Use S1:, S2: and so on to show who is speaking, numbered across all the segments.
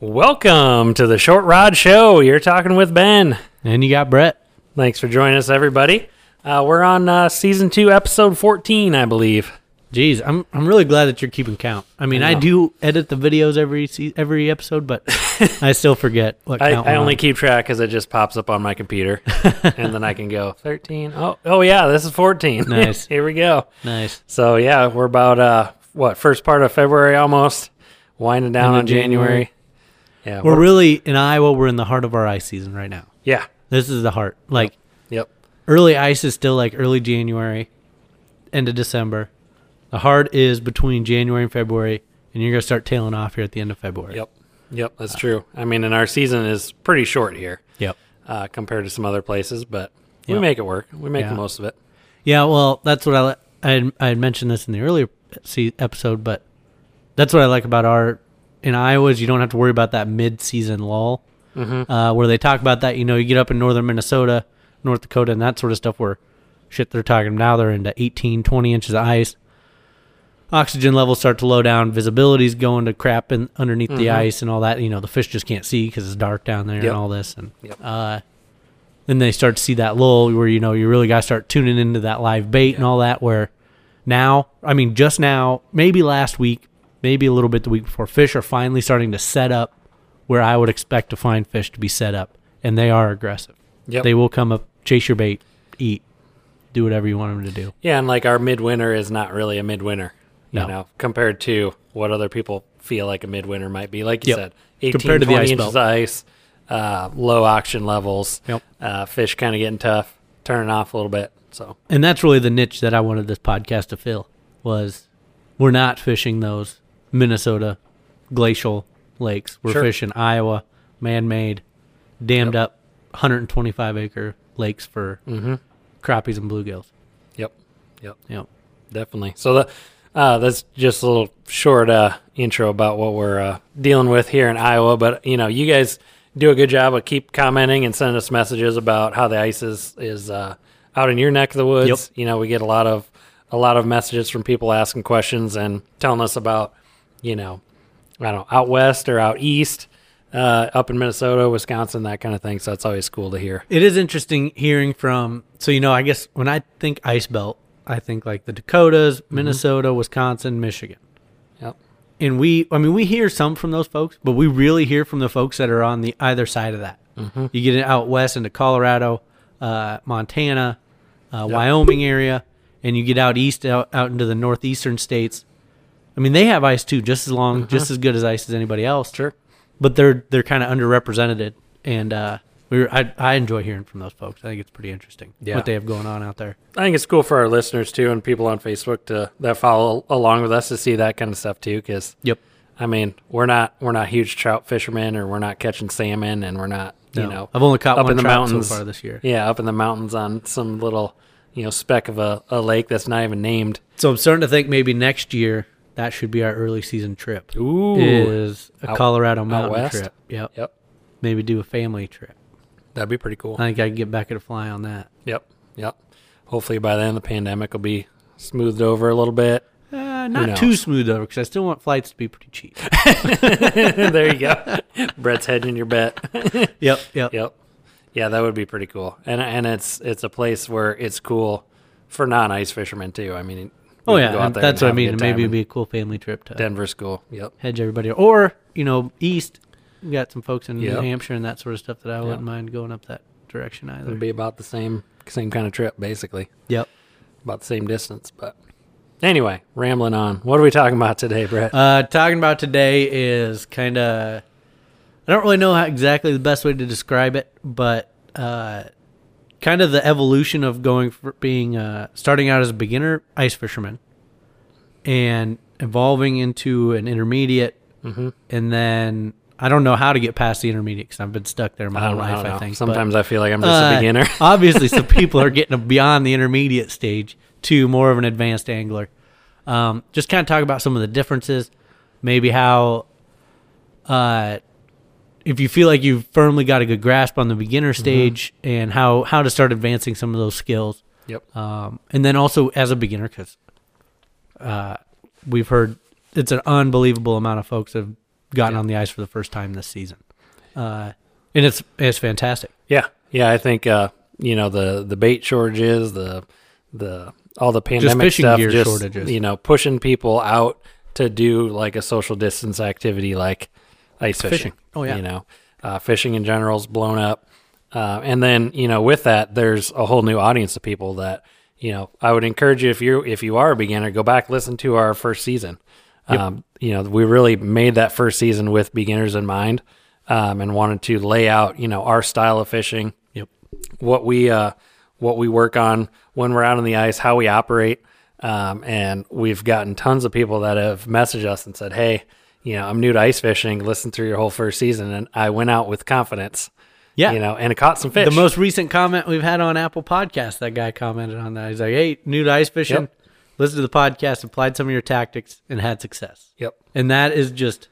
S1: Welcome to the Short Rod Show. You're talking with Ben.
S2: And you got Brett.
S1: Thanks for joining us, everybody. Uh, we're on uh, season two, episode 14, I believe.
S2: Jeez, I'm I'm really glad that you're keeping count. I mean, I,
S1: know.
S2: do edit the videos every se- every episode, but I still forget what
S1: I,
S2: count.
S1: I
S2: we're
S1: only
S2: on.
S1: keep track because it just pops up on my computer, and then I can go 13. Oh, oh yeah, this is 14.
S2: Nice.
S1: Here we go.
S2: nice.
S1: So yeah, we're about uh, what first part of February almost, winding down
S2: End of
S1: on January. Yeah,
S2: We're
S1: we're-
S2: really in Iowa. We're in the heart of our ice season right now.
S1: yeah,
S2: This is the heart. Like
S1: yep.
S2: early ice is still like early January, end of December. The heart is between January and February, and you're gonna start tailing off here at the end of February.
S1: Yep. Yep. That's true. I mean, and our season is pretty short here
S2: Yep.
S1: uh, compared to some other places, but we
S2: Yeah.
S1: make it work. We make the
S2: Yeah.
S1: most of it.
S2: Yeah, well, that's what I li- I had, I had mentioned this in the earlier se- episode, but that's what I like about our in Iowa is you don't have to worry about that mid-season lull uh, where they talk about that. You know, you get up in northern Minnesota, North Dakota, and that sort of stuff where shit they're talking now they're into 18, 20 inches of ice. Oxygen levels start to low down. Visibility's going to crap in, underneath the ice and all that. You know, the fish just can't see because it's dark down there
S1: Yep.
S2: and all this. And
S1: Yep.
S2: uh, then they start to see that lull where you know you really got to start tuning into that live bait and all that where now i mean just now maybe last week maybe a little bit the week before fish are finally starting to set up where i would expect to find fish to be set up and they are aggressive
S1: Yep.
S2: they will come up chase your bait eat do whatever you want them to do
S1: Yeah, and like our midwinter is not really a midwinter, you
S2: No.
S1: know, compared to what other people feel like a midwinter might be. Like you
S2: Yep.
S1: said, 18,
S2: Compared to the
S1: 20
S2: ice
S1: inches of
S2: belt.
S1: ice, uh, low auction levels,
S2: Yep.
S1: uh, fish kind of getting tough, turning off a little bit. So,
S2: and that's really the niche that i wanted this podcast to fill was we're not fishing those minnesota glacial lakes we're
S1: Sure.
S2: fishing iowa man-made dammed up 125 acre lakes for crappies and bluegills
S1: yep, yep,
S2: yep
S1: definitely. So the, uh, that's just a little short uh, intro about what we're uh, dealing with here in Iowa. But you know, you guys do a good job of keep commenting and sending us messages about how the ice is is uh, out in your neck of the woods. You know, we get a lot of a lot of messages from people asking questions and telling us about you know, I don't know, out west or out east. Uh, up in Minnesota, Wisconsin, that kind of thing. So it's always cool to hear.
S2: It is interesting hearing from. So you know, I guess when I think ice belt, I think like the Dakotas, Minnesota, Wisconsin, Michigan,
S1: Yep.
S2: and we. I mean, we hear some from those folks, but we really hear from the folks that are on the either side of that. You get it out west into Colorado, uh, Montana, uh, Wyoming area, and you get out east out, out into the northeastern states. I mean, they have ice too, just as long, just as good as ice as anybody else. Mm-hmm. Sure, but they're they're kind of underrepresented, and uh, we were, I I enjoy hearing from those folks. I think it's pretty interesting
S1: Yeah.
S2: what they have going on out there.
S1: I think it's cool for our listeners too, and people on Facebook to that follow along with us to see that kind of stuff too. Because
S2: Yep.
S1: I mean, we're not we're not huge trout fishermen, or we're not catching salmon, and we're not you
S2: No.
S1: know
S2: I've only caught
S1: up
S2: one
S1: in the
S2: trout so
S1: mountains
S2: far this year.
S1: Yeah, up in the mountains on some little you know speck of a, a lake that's not even named.
S2: So I'm starting to think maybe next year that should be our early season trip.
S1: Ooh.
S2: is a
S1: Out-
S2: Colorado mountain
S1: west?
S2: trip. Yep.
S1: Yep,
S2: Maybe do a family trip.
S1: that'd be pretty cool.
S2: I think I can get back at a fly on that.
S1: Yep, yep. Hopefully by then the pandemic will be smoothed over a little bit.
S2: Uh,
S1: knows?
S2: not too smooth over because I still want flights to be pretty cheap.
S1: there you go. Brett's hedging your bet.
S2: yep, Oh, yep,
S1: Yep. Yeah, that would be pretty cool. And and it's it's a place where it's cool for non ice fishermen too. I mean,
S2: Oh
S1: we can
S2: yeah,
S1: go out
S2: and
S1: there
S2: that's
S1: and
S2: what I
S1: have a
S2: mean.
S1: good
S2: and Maybe
S1: time
S2: it'd be
S1: in
S2: a cool family trip to
S1: Denver's cool. Yep.
S2: hedge everybody, or you know, east. We got some folks in
S1: Yep.
S2: New Hampshire and that sort of stuff that I wouldn't
S1: Yep.
S2: mind going up that direction either.
S1: It'd be about the same same kind of trip basically,
S2: yep.
S1: about the same distance. But anyway, rambling on. What are we talking about today, Brett?
S2: Uh, talking about today is kind of. I don't really know how exactly the best way to describe it, but uh, kind of the evolution of going for being uh, starting out as a beginner ice fisherman, and evolving into an intermediate,
S1: Mm-hmm.
S2: and then I don't know how to get past the intermediate because I've been stuck there my
S1: I
S2: whole
S1: don't, I
S2: life.
S1: don't
S2: I,
S1: know.
S2: think but-
S1: Sometimes I feel like I'm just a
S2: uh,
S1: beginner.
S2: obviously, some people are getting beyond the intermediate stage to more of an advanced angler. Um, just kind of talk about some of the differences, maybe how, uh, if you feel like you've firmly got a good grasp on the beginner
S1: Mm-hmm.
S2: stage and how how to start advancing some of those skills,
S1: yep.
S2: um, and then also as a beginner because uh, we've heard it's an unbelievable amount of folks have gotten on the ice for the first time this season, uh, and it's it's fantastic.
S1: Yeah, yeah. I think uh, you know the the bait shortages, the the all the pandemic
S2: fishing
S1: stuff,
S2: gear
S1: just
S2: shortages.
S1: you know, pushing people out to do like a social distance activity like ice fishing.
S2: fishing. Oh, yeah.
S1: you know, uh, fishing in general's blown up, uh, and then you know with that, there's a whole new audience of people that you know. I would encourage you if you if you are a beginner, go back listen to our first season. Um, you know, we really made that first season with beginners in mind, um, and wanted to lay out you know our style of fishing
S2: Yep.
S1: what we uh, what we work on when we're out on the ice, how we operate, um, and we've gotten tons of people that have messaged us and said, "Hey, you know, I'm new to ice fishing. Listen through your whole first season, and I went out with confidence.
S2: Yeah.
S1: you know, and I caught some fish.
S2: The most recent comment we've had on Apple Podcast, that guy commented on that. He's like, "Hey, new to ice fishing,
S1: Yep.
S2: listened to the podcast, applied some of your tactics, and had success."
S1: Yep.
S2: And that is just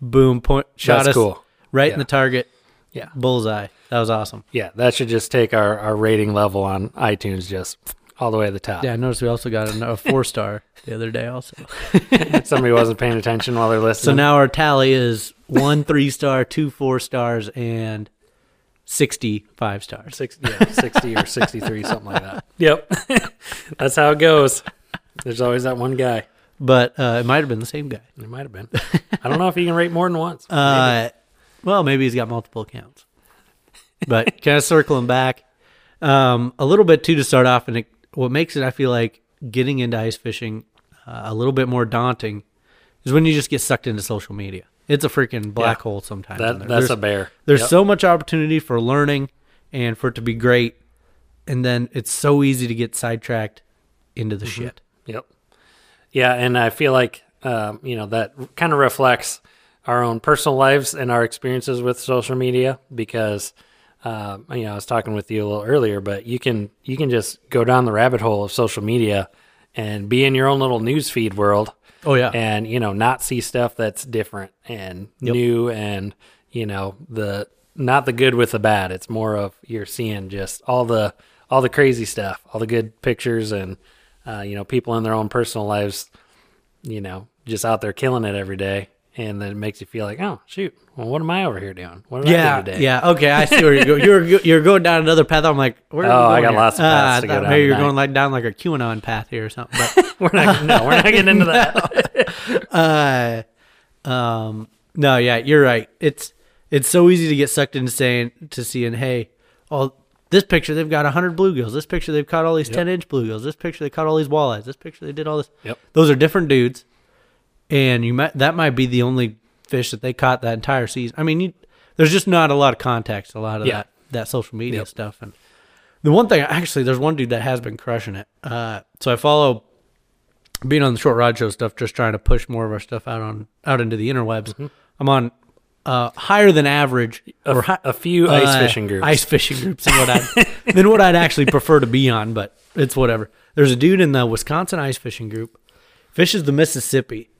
S2: boom point shot
S1: That's
S2: us
S1: cool.
S2: right
S1: Yeah.
S2: in the target.
S1: Yeah.
S2: bullseye. That was awesome.
S1: Yeah, that should just take our, our rating level on iTunes just all the way to the top.
S2: Yeah, I noticed we also got a, a four star the other day also.
S1: Somebody wasn't paying attention while they're
S2: So
S1: listening.
S2: now our tally is one three star, two four stars, and sixty five stars.
S1: Six, yeah, 60 or 63, something like that. Yep. That's how it goes. There's always that one guy.
S2: But uh, it might have been the same guy.
S1: It might have been. I don't know if you can rate more than once.
S2: Uh, well, maybe he's got multiple accounts. But kind of circling back um, a little bit too to start off, and it, what makes it I feel like getting into ice fishing uh, a little bit more daunting is when you just get sucked into social media. It's a freaking black
S1: Yeah.
S2: hole sometimes.
S1: That-
S2: in there.
S1: that's
S2: There's-
S1: a bear.
S2: There's
S1: Yep.
S2: so much opportunity for learning and for it to be great, and then it's so easy to get sidetracked into the
S1: Mm-hmm.
S2: shit.
S1: Yep. Yeah, and I feel like um, you know that kind of reflects our own personal lives and our experiences with social media because um, you know I was talking with you a little earlier, but you can you can just go down the rabbit hole of social media and be in your own little newsfeed world.
S2: Oh yeah,
S1: and you know not see stuff that's different and new and you know the not the good with the bad it's more of you're seeing just all the all the crazy stuff all the good pictures and uh, you know people in their own personal lives you know just out there killing it every day and then it makes you feel like oh shoot well what am i over here doing what did
S2: Yeah,
S1: i do today
S2: yeah. Okay, I see where you go. You're go- you're going down another path. I'm like, where are you
S1: Oh, I
S2: going
S1: got
S2: here?
S1: lots of
S2: Ah,
S1: paths
S2: I
S1: to go
S2: thought
S1: down
S2: Maybe you're
S1: tonight.
S2: going like down like a QAnon path here or something. But
S1: we're not no we're not getting into that
S2: um, no, yeah, you're right. It's it's so easy to get sucked into saying to seeing, hey, oh, this picture they've got hundred bluegills. This picture they've caught all these ten inch bluegills. This picture they caught all these walleyes. This picture they did all this.
S1: Yep.
S2: Those are different dudes, and you might that might be the only fish that they caught that entire season. I mean, you, there's just not a lot of context, a lot of
S1: Yeah.
S2: that that social media stuff. And the one thing actually, there's one dude that has been crushing it. Uh, so I follow being on the short rod show stuff, just trying to push more of our stuff out on out into the interwebs. I'm on uh, higher than average or hi-
S1: a few ice
S2: uh,
S1: fishing groups
S2: Ice fishing groups than what I than what I'd actually prefer to be on, but it's whatever. There's a dude in the Wisconsin ice fishing group, fishes the Mississippi,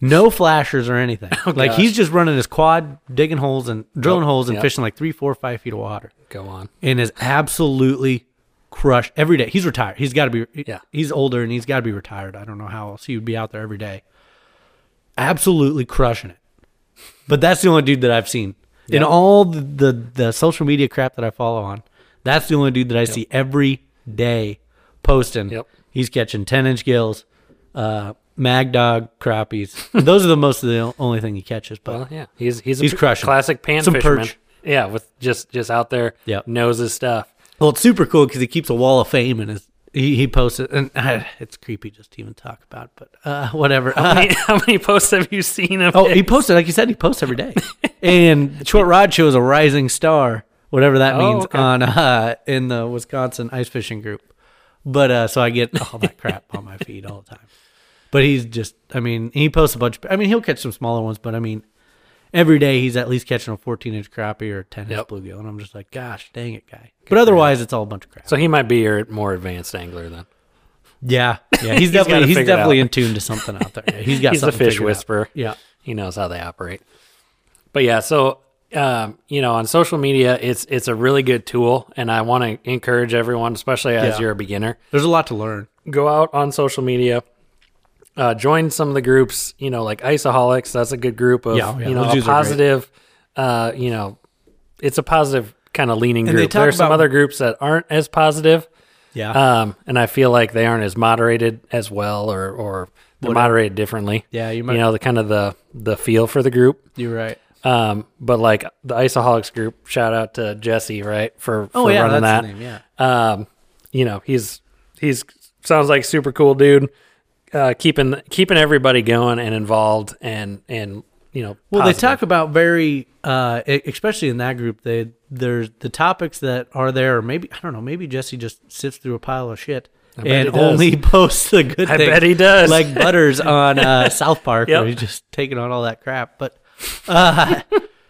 S2: no flashers or anything. like
S1: Oh, gosh.
S2: he's just running his quad, digging holes and drilling
S1: Yep,
S2: holes and
S1: yep.
S2: fishing like three, four, five feet of water,
S1: go on
S2: and is absolutely crushed every day. He's retired. He's got to be.
S1: Yeah.
S2: He's older and he's got to be retired. I don't know how else he would be out there every day. Absolutely crushing it. But that's the only dude that I've seen. In all the, the the social media crap that I follow on, that's the only dude that I see every day posting.
S1: Yep.
S2: He's catching ten inch gills, uh, mag dog crappies. Those are the most of the o- only thing he catches. But
S1: Well, yeah, he's he's a
S2: He's
S1: p-
S2: crushing.
S1: classic pan
S2: Some
S1: fisherman.
S2: perch.
S1: Yeah, with just just out there,
S2: Yep.
S1: knows his stuff.
S2: well, it's super cool because he keeps a wall of fame in his. He, he posts it, and I, it's creepy just to even talk about. But uh, whatever.
S1: How
S2: Uh,
S1: many, how many posts have you seen of?
S2: Oh,
S1: him?
S2: he posted like you said. He posts every day, and Short Rod Show is a rising star, whatever that
S1: Oh,
S2: means,
S1: okay.
S2: on uh, in the Wisconsin ice fishing group. But uh, so I get all that crap on my feed all the time. But he's just, I mean, he posts a bunch. Of, I mean, he'll catch some smaller ones, but I mean, every day he's at least catching a 14 inch crappie or a 10 inch
S1: Yep.
S2: bluegill, and I'm just like, gosh, dang it, guy. But otherwise, it's all a bunch of crap.
S1: so he might be your more advanced angler then.
S2: Yeah, yeah, he's
S1: He's gotta
S2: definitely he's,
S1: figure it
S2: definitely
S1: out.
S2: in tune to something out there. Yeah, he's got
S1: He's a
S2: something
S1: fish
S2: figured out.
S1: whisperer.
S2: Yeah.
S1: He knows how they operate. But yeah, so um, you know, on social media, it's it's a really good tool, and I want to encourage everyone, especially as
S2: Yeah.
S1: you're a beginner,
S2: There's a lot to learn.
S1: go out on social media uh, join some of the groups, you know, like Isoholics. That's a good group of,
S2: Yeah, yeah,
S1: you know,
S2: those
S1: a
S2: dudes are great.
S1: positive, uh, you know, it's a positive kind of leaning
S2: And they
S1: group.
S2: talk
S1: There are some
S2: about- Ah.
S1: other groups that aren't as positive,
S2: Yeah.
S1: um, and I feel like they aren't as moderated as well or, or they're moderated differently.
S2: yeah, you might
S1: You know, the kind of the, the feel for the group.
S2: you're right.
S1: Um, but like the Isoholics group, shout out to Jesse, right, for,
S2: Oh
S1: for
S2: yeah,
S1: running
S2: that's
S1: that
S2: the name, yeah.
S1: um, you know, he's he's sounds like super cool dude. Uh, keeping keeping everybody going and involved and and you know
S2: Well,
S1: positive.
S2: they talk about very, uh, e- especially in that group, they there's the topics that are there. Or maybe I don't know. Maybe Jesse just sifts through a pile of shit
S1: bet
S2: and
S1: he does.
S2: only posts the good.
S1: I
S2: things,
S1: bet he does.
S2: like Butters on uh, South Park,
S1: Yep.
S2: where he's just taking on all that crap. But uh,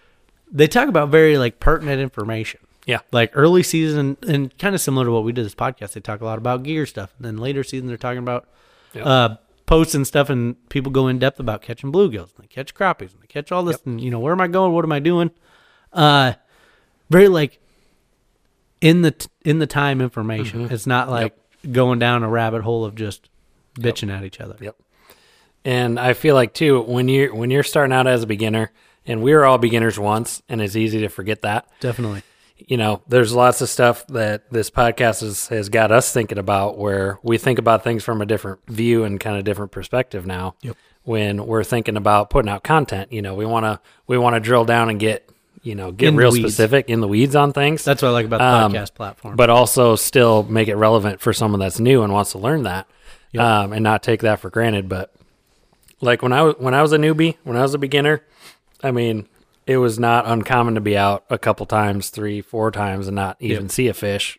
S2: they talk about very like pertinent information.
S1: Yeah.
S2: like early season and kind of similar to what we did this podcast. They talk a lot about gear stuff, and then later season they're talking about
S1: Yep.
S2: uh, posts and stuff, and people go in depth about catching bluegills and they catch crappies and they catch all this. And you know, where am I going? What am I doing? Uh, very like in the t- in the time information.
S1: Mm-hmm.
S2: It's not like going down a rabbit hole of just bitching at each other.
S1: Yep. and I feel like too when you when you're starting out as a beginner and we were all beginners once and it's easy to forget that
S2: Definitely.
S1: you know, there's lots of stuff that this podcast has, has got us thinking about where we think about things from a different view and kind of different perspective now.
S2: Yep.
S1: When we're thinking about putting out content, you know, we want to we want to drill down and get, you know, get
S2: In the
S1: real
S2: weeds.
S1: specific in the weeds on things,
S2: That's what I like about
S1: Um,
S2: the podcast platform.
S1: but also still make it relevant for someone that's new and wants to learn that, um, and not take that for granted. But like when I was when I was a newbie, when I was a beginner, I mean, it was not uncommon to be out a couple times, three, four times, and not even see a fish,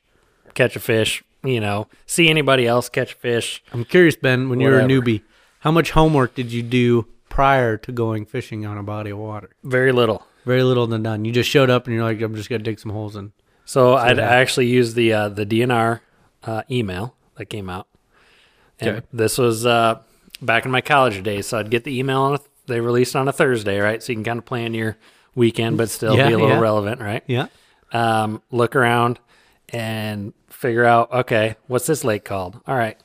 S1: catch a fish, you know, see anybody else catch a fish.
S2: I'm curious, Ben, when you
S1: Whatever.
S2: were a newbie, how much homework did you do prior to going fishing on a body of water?
S1: Very little.
S2: Very little to none. You just showed up and you're like, I'm just gonna dig some holes in.
S1: So I'd, I actually used the uh, the DNR uh, email that came out, and
S2: Okay.
S1: this was uh, back in my college days. So I'd get the email on a, they released on a Thursday, right? So you can kind of plan your weekend, but still
S2: Yeah,
S1: be a little
S2: yeah.
S1: relevant, right?
S2: Yeah.
S1: um, look around and figure out okay what's this lake called all right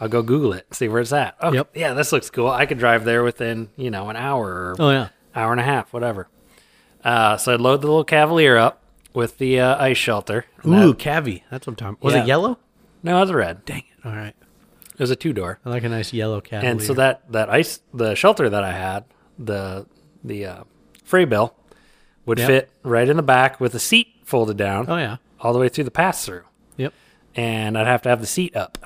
S1: i'll go google it see where it's at oh
S2: Yep.
S1: yeah this looks cool i could drive there within you know an hour or
S2: Oh yeah.
S1: hour and a half whatever uh, so i'd load the little cavalier up with the uh, ice shelter And
S2: Ooh,
S1: that-
S2: cavi. That's what I'm talking. Was
S1: Yeah.
S2: it yellow?
S1: no it was a red dang
S2: All right.
S1: it was a two door
S2: I like a nice yellow cat.
S1: and so that that ice the shelter that i had the the uh, fray bill would
S2: Yep.
S1: fit right in the back with the seat folded down
S2: Oh yeah.
S1: all the way through the pass through
S2: Yep.
S1: and I'd have to have the seat up,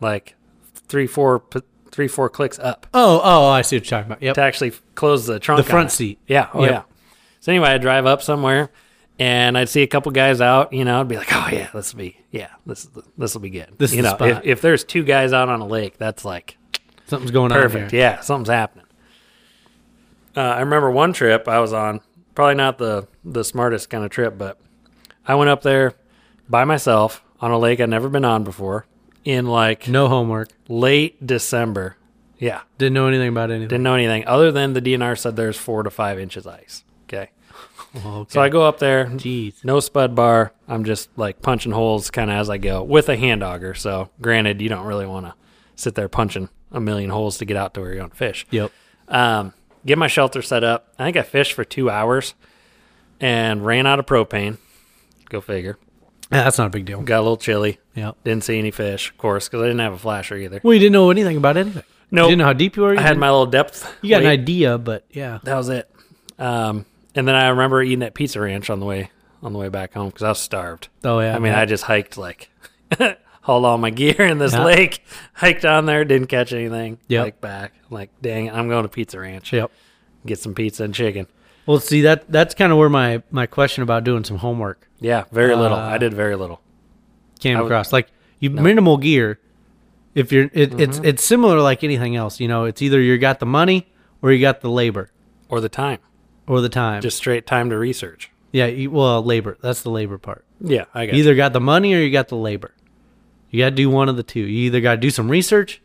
S1: like three, four, p- three, four clicks up
S2: Oh oh I see what you're talking about. Yep.
S1: to actually f- close the trunk.
S2: The front
S1: on it.
S2: seat.
S1: Yeah. Oh
S2: Yep.
S1: yeah. So anyway, I'd drive up somewhere, and I'd see a couple guys out. You know, I'd be like, "Oh yeah, this will be yeah, this this will be good."
S2: This is
S1: you
S2: the
S1: know,
S2: spot.
S1: If, if there's two guys out on a lake, that's like
S2: Something's going on.
S1: Perfect.
S2: here.
S1: Yeah, something's happening. Uh, I remember one trip I was on, probably not the the smartest kind of trip, but I went up there by myself on a lake I'd never been on before in like
S2: No homework.
S1: late December. Yeah,
S2: Didn't know anything about anything.
S1: didn't know anything other than the DNR said there's four to five inches ice. Okay,
S2: Oh, okay.
S1: so I go up there,
S2: Jeez.
S1: no spud bar. I'm just like punching holes kind of as I go with a hand auger. So granted, you don't really want to sit there punching a million holes to get out to where you're going to fish.
S2: Yep.
S1: Um, get my shelter set up. I think I fished for two hours and ran out of propane. Go figure.
S2: Yeah, that's not a big deal.
S1: Got a little chilly.
S2: Yep.
S1: Didn't see any fish, of course, because I didn't have a flasher either.
S2: Well, you didn't know anything about anything.
S1: No,
S2: You didn't know how deep you were. You
S1: I had
S2: didn't-
S1: my little depth.
S2: You got an
S1: weight.
S2: idea, but yeah.
S1: That was it. Um, and then I remember eating at Pizza Ranch on the way on the way back home because I was starved.
S2: Oh yeah.
S1: I mean,
S2: yeah.
S1: I just hiked like hauled all my gear in this
S2: Yeah.
S1: lake, hiked on there, didn't catch anything.
S2: Yep.
S1: Hiked back. I'm like, dang, it, I'm going to Pizza Ranch.
S2: Yep.
S1: Get some pizza and chicken.
S2: Well, see that that's kind of where my my question about doing some homework
S1: Yeah, very little.
S2: Uh,
S1: I did very little.
S2: came
S1: I would-
S2: across. Like you minimal gear. If you're, it, it's
S1: Mm-hmm.
S2: it's similar like anything else. You know, it's either you got the money or you got the labor
S1: Or the time.
S2: or the time.
S1: Just straight time to research.
S2: yeah. You, well, labor. That's the labor part.
S1: Yeah, I got
S2: You either got the money or you got the labor. You got to do one of the two. You either got to do some research,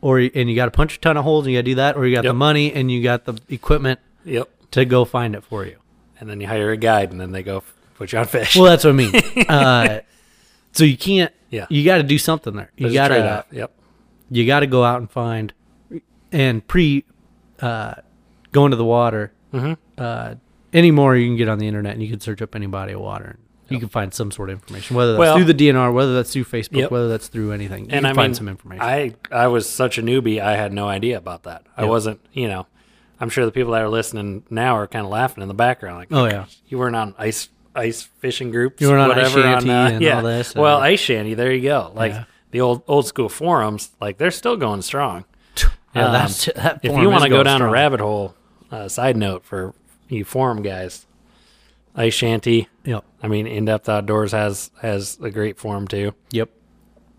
S2: or and you got to punch a ton of holes and you got to do that, or you got the
S1: Yep.
S2: money and you got the equipment
S1: you. Yep.
S2: to go find it for you.
S1: And then you hire a guide, and then they go f- put you on fish.
S2: Well, that's what I mean. uh, so you can't.
S1: Yeah.
S2: You got to do somethething there. You
S1: There's a
S2: got to.
S1: trade-off. Yep.
S2: you got to go out and find and pre uh, going to the water.
S1: Mhm.
S2: Uh, anymore, you can get on the internet and you can search up any body of water. And You can find some sort of information, whether that's
S1: Well-
S2: through the DNR, whether that's through Facebook,
S1: Yep.
S2: whether that's through anything. You
S1: and
S2: can
S1: I
S2: find
S1: mean,
S2: some information.
S1: I I was such a newbie. I had no idea about that. I
S2: Yeah.
S1: wasn't. You know, I'm sure the people that are listening now are kind of laughing in the background. Like,
S2: oh yeah,
S1: you weren't on ice ice fishing groups.
S2: You weren't on Ice
S1: whatever
S2: Shanty and
S1: yeah.
S2: all this,
S1: Well,
S2: uh,
S1: ice shanty. There you go. Like
S2: Yeah.
S1: the old old school forums. Like they're still going strong.
S2: yeah.
S1: Um,
S2: that's that
S1: If
S2: form
S1: you
S2: is
S1: want to go
S2: going
S1: down a
S2: strong.
S1: rabbit hole, uh, side note for you forum guys, ice shanty.
S2: Yep.
S1: I mean, in depth outdoors has has a great forum too.
S2: Yep.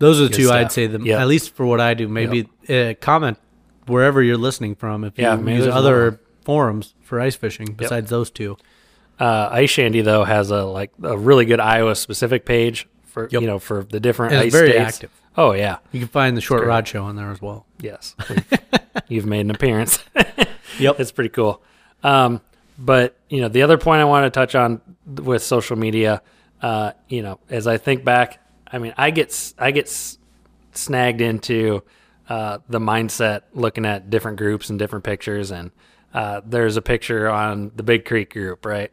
S2: Those are the
S1: Good
S2: two I'd
S1: stuff.
S2: say them
S1: Yep.
S2: at least for what I do. Maybe uh, comment wherever you're listening from if
S1: Yeah,
S2: you
S1: maybe
S2: use
S1: there's
S2: other
S1: another
S2: forums for ice fishing besides those two.
S1: Uh, ice shanty though has a like a really good Iowa specific page for
S2: Yep.
S1: you know for the different
S2: And it's
S1: ice
S2: very
S1: states.
S2: active.
S1: Oh yeah,
S2: You can find the short
S1: great.
S2: rod show on there as well.
S1: yes, you've made an appearance.
S2: Yep.
S1: it's pretty cool. Um, but you know, the other point I want to touch on with social media, uh, you know, as I think back, I mean, I get s- I get s- snagged into uh, the mindset looking at different groups and different pictures, and uh, there's a picture on the Big Creek group, right,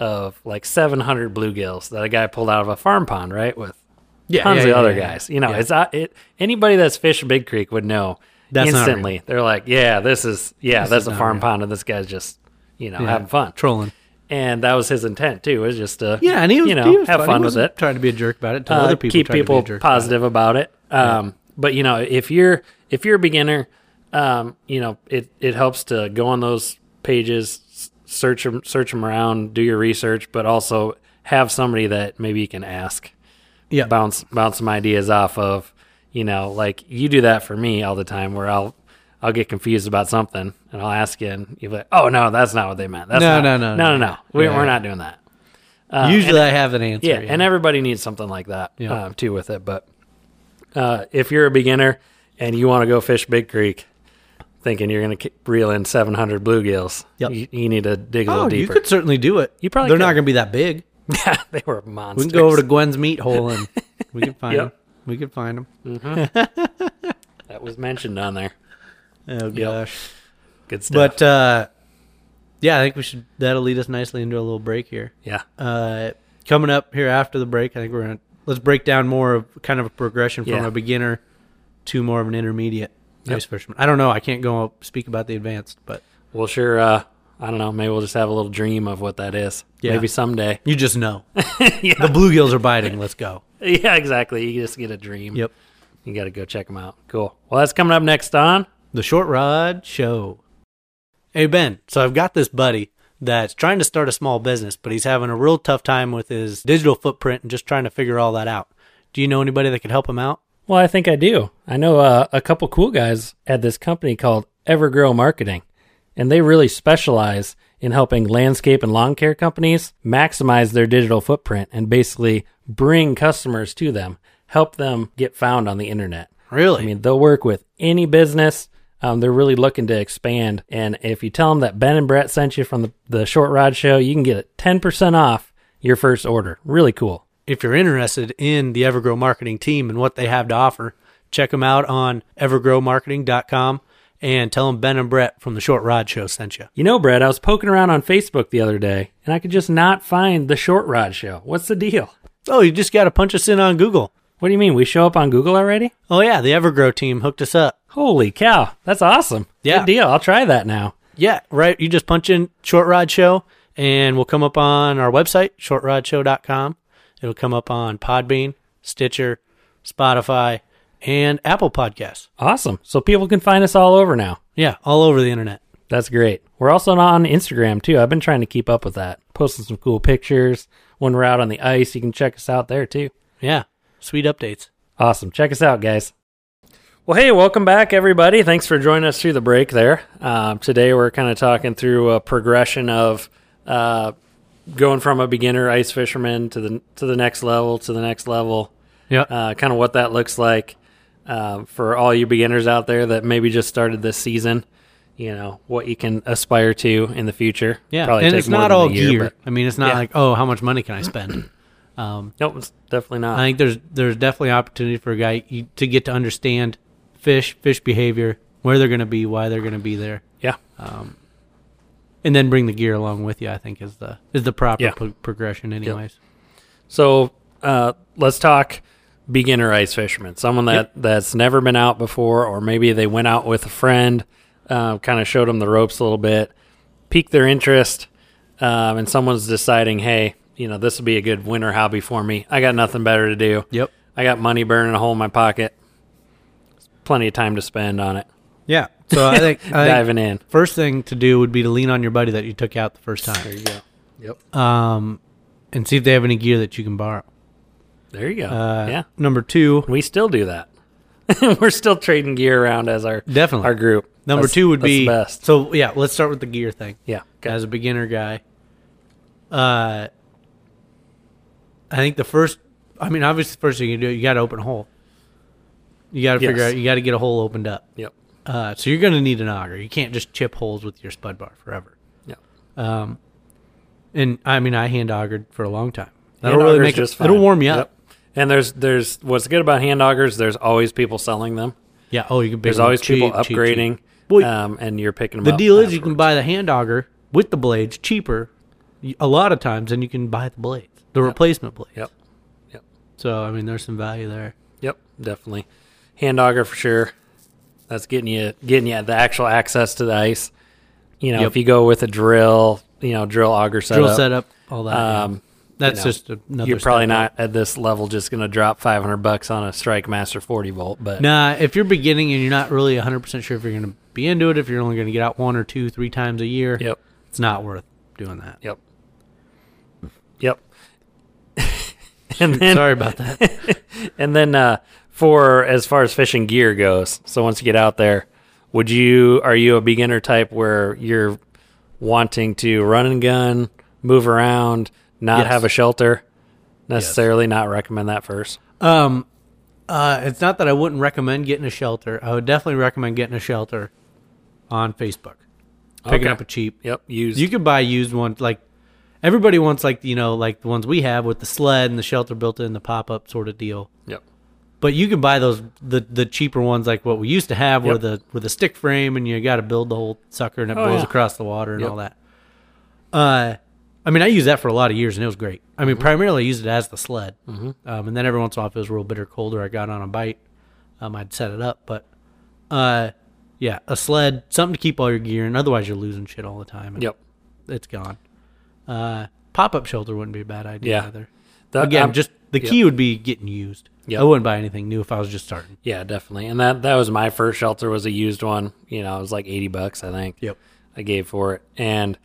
S1: of like 700 bluegills that a guy pulled out of a farm pond, right, with
S2: Yeah,
S1: tons
S2: yeah,
S1: of
S2: yeah,
S1: other
S2: yeah, yeah.
S1: guys. You know,
S2: Yeah.
S1: it's uh, it, anybody that's fished Big Creek would know
S2: That's not
S1: instantly. They're like, yeah, this is yeah,
S2: This
S1: that's
S2: is
S1: a
S2: not
S1: farm
S2: real.
S1: pond, and this guy's just you know
S2: Yeah.
S1: having fun.
S2: Trolling.
S1: And that was his intent too. Was just to
S2: Yeah, and he was
S1: you know
S2: he was
S1: have
S2: fun,
S1: fun
S2: he
S1: with
S2: wasn't
S1: it,
S2: Trying to be a jerk about it. To
S1: uh,
S2: other people,
S1: keep
S2: trying
S1: people
S2: to be a jerk about it.
S1: positive about it. Um, But you know, if you're if you're a beginner, um, you know it it helps to go on those pages, s- search them search them around, do your research, but also have somebody that maybe you can ask
S2: Yeah,
S1: bounce bounce some ideas off of you know like you do that for me all the time where i'll i'll get confused about something and i'll ask you and you're like oh no that's not what they meant that's
S2: No,
S1: not,
S2: no, no,
S1: no no
S2: no.
S1: no we,
S2: Yeah,
S1: we're
S2: yeah.
S1: not doing that uh,
S2: usually I have an answer.
S1: yeah, and everybody needs something like that
S2: Yeah.
S1: um, too with it. But uh, if you're a beginner and you want to go fish Big Creek, thinking you're going to reel in 700 bluegills,
S2: Yep.
S1: you, you need to dig a
S2: oh,
S1: little
S2: you
S1: deeper.
S2: could certainly do it.
S1: You probably
S2: they're not
S1: could.
S2: going to be that big.
S1: yeah, they were
S2: We
S1: monsters.
S2: can go over to Gwen's meat hole and we can find
S1: Yep.
S2: them. We can find them.
S1: that was mentioned on there.
S2: Oh gosh.
S1: Good stuff.
S2: But uh, yeah, I think we should. That'll lead us nicely into a little break here.
S1: yeah,
S2: Uh, coming up here after the break, I think we're gonna let's break down more of kind of a progression from
S1: Yeah.
S2: a beginner to more of an intermediate
S1: Yep.
S2: ice fisherman. I don't know. I can't go up- speak about the advanced, but
S1: Well, sure. Uh, I don't know. Maybe we'll just have a little dream of what that is.
S2: Yeah.
S1: Maybe someday.
S2: you just know
S1: yeah.
S2: the bluegills are biting. Let's go.
S1: yeah, exactly. You just get a dream.
S2: Yep.
S1: You got to go check them out. Cool. Well, that's coming up next on.
S2: The Short Rod Show. Hey, Ben. So I've got this buddy that's trying to start a small business, but he's having a real tough time with his digital footprint and just trying to figure all that out. Do you know anybody that could help him out?
S1: Well, I think I do. I know uh, a couple cool guys at this company called Evergrow Marketing, and they really specialize in helping landscape and lawn care companies maximize their digital footprint and basically bring customers to them, help them get found on the internet.
S2: Really?
S1: I mean, they'll work with any business. Um, they're really looking to expand. And if you tell them that Ben and Brett sent you from the, the Short Rod Show, you can get it 10% off your first order. Really cool.
S2: if you're interested in the Evergrow marketing team and what they have to offer, check them out on evergrowmarketing.com and tell them Ben and Brett from the Short Rod Show sent you.
S1: You know, Brett, I was poking around on Facebook the other day and I could just not find the Short Rod Show. What's the deal?
S2: Oh, you just got to punch us in on Google.
S1: What do you mean? We show up on Google already?
S2: Oh, yeah, the Evergrow team hooked us up.
S1: Holy cow. That's awesome.
S2: Yeah.
S1: Good deal. I'll try that now.
S2: Yeah, right. You just punch in Short Rod Show, and we'll come up on our website, shortrodshow.com. It'll come up on Podbean, Stitcher, Spotify, and Apple Podcasts.
S1: Awesome. So people can find us all over now.
S2: Yeah, all over the internet.
S1: That's great. We're also on Instagram too. I've been trying to keep up with that, posting some cool pictures. When we're out on the ice, you can check us out there too.
S2: Yeah, sweet updates.
S1: Awesome. Check us out, guys. Well, hey, welcome back, everybody. Thanks for joining us through the break there. Um, today, we're kind of talking through a progression of uh, going from a beginner ice fisherman to the to the next level to the next level.
S2: Yeah.
S1: Uh, kind of what that looks like uh, for all you beginners out there that maybe just started this season. You know what you can aspire to in the future.
S2: Yeah,
S1: Probably
S2: and
S1: take
S2: it's
S1: more
S2: not
S1: than a
S2: all
S1: year,
S2: gear.
S1: but-
S2: I mean, it's not
S1: Yeah.
S2: like oh, how much money can I spend? um,
S1: Nope, it's definitely not.
S2: I think there's there's definitely opportunity for a guy you- to get to understand fish, fish behavior, where they're going to be, why they're going to be there,
S1: Yeah.
S2: and then bring the gear along with you. I think is the is the proper
S1: Yeah.
S2: pro- progression, anyways.
S1: So uh, let's talk beginner ice fisherman, someone that that's never been out before, or maybe they went out with a friend, uh, kind of showed them the ropes a little bit, piqued their interest, um, and someone's deciding, hey, you know, this would be a good winter hobby for me. I got nothing better to do.
S2: Yep.
S1: I got money burning a hole in my pocket. Plenty of time to spend on it.
S2: Yeah. So I think, I think
S1: Diving in.
S2: first thing to do would be to lean on your buddy that you took out the first time.
S1: There you go. Yep.
S2: um, and see if they have any gear that you can borrow.
S1: There you go.
S2: Uh,
S1: yeah.
S2: Number two,
S1: We still do that. We're still trading gear around as our
S2: Definitely.
S1: our group.
S2: number
S1: That's-
S2: two would
S1: that's
S2: be
S1: the best.
S2: so. Yeah, let's start with the gear thing.
S1: Yeah.
S2: As a beginner guy, uh, I think the first. I mean, obviously, the first thing you do, you got to open a hole. You got to figure
S1: Yes.
S2: out. You got to get a hole opened up.
S1: Yep.
S2: Uh, so you're going to need an auger. You can't just chip holes with your spud bar forever.
S1: Yep.
S2: Um, and I mean, I hand augered for a long time. That'll
S1: Hand
S2: really
S1: augers
S2: make it.
S1: just fine.
S2: It'll warm you up.
S1: Yep. And there's there's what's good about hand augers. There's always people selling them.
S2: Yeah. Oh, you can.
S1: There's always people upgrading.
S2: Well,
S1: um, and you're picking them
S2: The
S1: up
S2: deal is you can
S1: afterwards.
S2: buy the hand auger with the blades cheaper y- a lot of times than you can buy the blades, the replacement blades.
S1: Yep. Yep.
S2: So, I mean, there's some value there.
S1: Yep. Definitely. Hand auger for sure. That's getting you getting you the actual access to the ice. You know,
S2: Yep.
S1: if you go with a drill, you know, drill auger setup.
S2: Drill setup, all that. yeah.
S1: Um,
S2: That's
S1: know,
S2: just another
S1: you're probably
S2: step
S1: not at this level just going to drop 500 bucks on a Strike Master 40 volt, but
S2: Nah, if you're beginning and you're not really 100% sure if you're going to be into it, if you're only going to get out one or two, three times a year,
S1: yep,
S2: it's not worth doing that.
S1: yep, yep. and then,
S2: Sorry about that.
S1: and then uh, for as far as fishing gear goes, so once you get out there, would you are you a beginner type where you're wanting to run and gun, move around, not
S2: Yes.
S1: have a shelter? Necessarily not recommend that first.
S2: Um, uh, it's not that I wouldn't recommend getting a shelter. I would definitely recommend getting a shelter on Facebook, picking
S1: Okay.
S2: up a cheap
S1: Yep, use
S2: You could buy used ones like everybody wants like you know like the ones we have with the sled and the shelter built in the pop up sort of deal.
S1: yep,
S2: But you can buy those the the cheaper ones like what we used to have where
S1: Yep.
S2: the with a stick frame and you got to build the whole sucker and it
S1: Oh,
S2: blows
S1: yeah.
S2: across the water and
S1: Yep.
S2: all that. Uh, I mean I used that for a lot of years and it was great. I
S1: Mm-hmm.
S2: mean primarily I used it as the sled, um, and then every once in a while if it was real bitter cold or I got on a bite, um, I'd set it up. But uh, yeah, a sled something to keep all your gear in, otherwise you're losing shit all the time. and
S1: yep.
S2: it's gone. Uh, pop up shelter wouldn't be a bad idea
S1: Yeah.
S2: either.
S1: That-
S2: Again,
S1: Uh, I'm-
S2: just the
S1: yeah.
S2: key would be getting used.
S1: Yeah.
S2: I wouldn't buy anything new if I was just starting.
S1: Yeah, definitely. And that that was my first shelter was a used one. You know, it was like eighty bucks, I think.
S2: Yep.
S1: I gave for it, and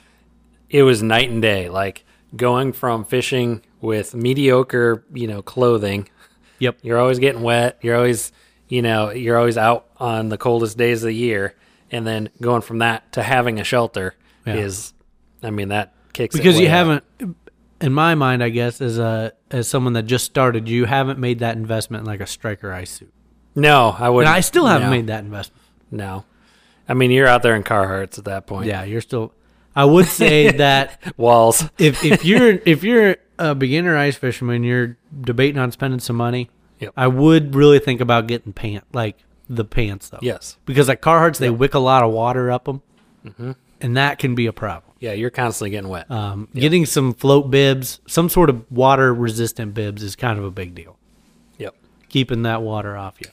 S1: it was night and day. Like going from fishing with mediocre, you know, clothing.
S2: Yep.
S1: You're always getting wet. You're always, you know, you're always out on the coldest days of the year, and then going from that to having a shelter
S2: Yeah.
S1: is, I mean, that kicks it
S2: Because you
S1: way up.
S2: haven't, in my mind, I guess, as a as someone that just started, you haven't made that investment in like a striker ice suit.
S1: No, I
S2: And
S1: wouldn't.
S2: I still haven't
S1: no,
S2: made that investment.
S1: No, I mean, you're out there in Carhartts at that point.
S2: Yeah, you're still. I would say that
S1: Walls.
S2: if if you're if you're a beginner ice fisherman, you're debating on spending some money.
S1: Yep.
S2: I would really think about getting pant like the pants though.
S1: Yes.
S2: because like Carhartts, they wick a lot of water up them,
S1: Mm-hmm.
S2: and that can be a problem.
S1: Yeah, you're constantly getting wet.
S2: Um, Getting some float bibs, some sort of water resistant bibs, is kind of a big deal.
S1: yep.
S2: Keeping that water off you,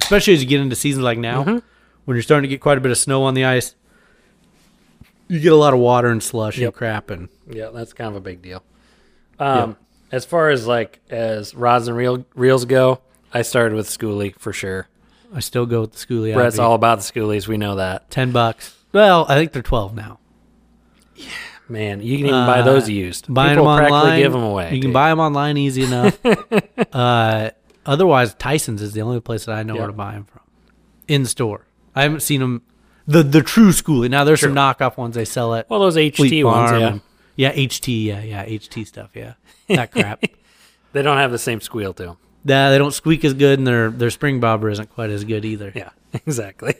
S2: especially as you get into seasons like now,
S1: Mm-hmm.
S2: when you're starting to get quite a bit of snow on the ice. You get a lot of water and slush and
S1: Yep.
S2: crap, and
S1: Yeah, that's kind of a big deal. Um, As far as like as rods and reel, reels go, I started with Schooley for sure.
S2: I still go with the schoolie.
S1: Brett's
S2: IV.
S1: all about the Schoolies. We know that.
S2: 10 bucks. Well, I think they're 12 now.
S1: Man, you can even buy those used.
S2: Buying
S1: People
S2: them
S1: practically
S2: Uh, online.
S1: give them away.
S2: You can
S1: dude.
S2: buy them online easy enough. uh, otherwise, Tyson's is the only place that I know where
S1: Yep.
S2: to buy them from. In store. I haven't seen them. The, the true schoolie. Now, there's some knockoff ones they sell at
S1: well those HT
S2: Fleet
S1: ones.
S2: Farm
S1: Yeah,
S2: and- yeah, HT. Yeah, yeah, HT stuff. Yeah. That crap.
S1: they don't have the same squeal to them.
S2: Nah, they don't squeak as good, and their, their spring bobber isn't quite as good either.
S1: Yeah, exactly.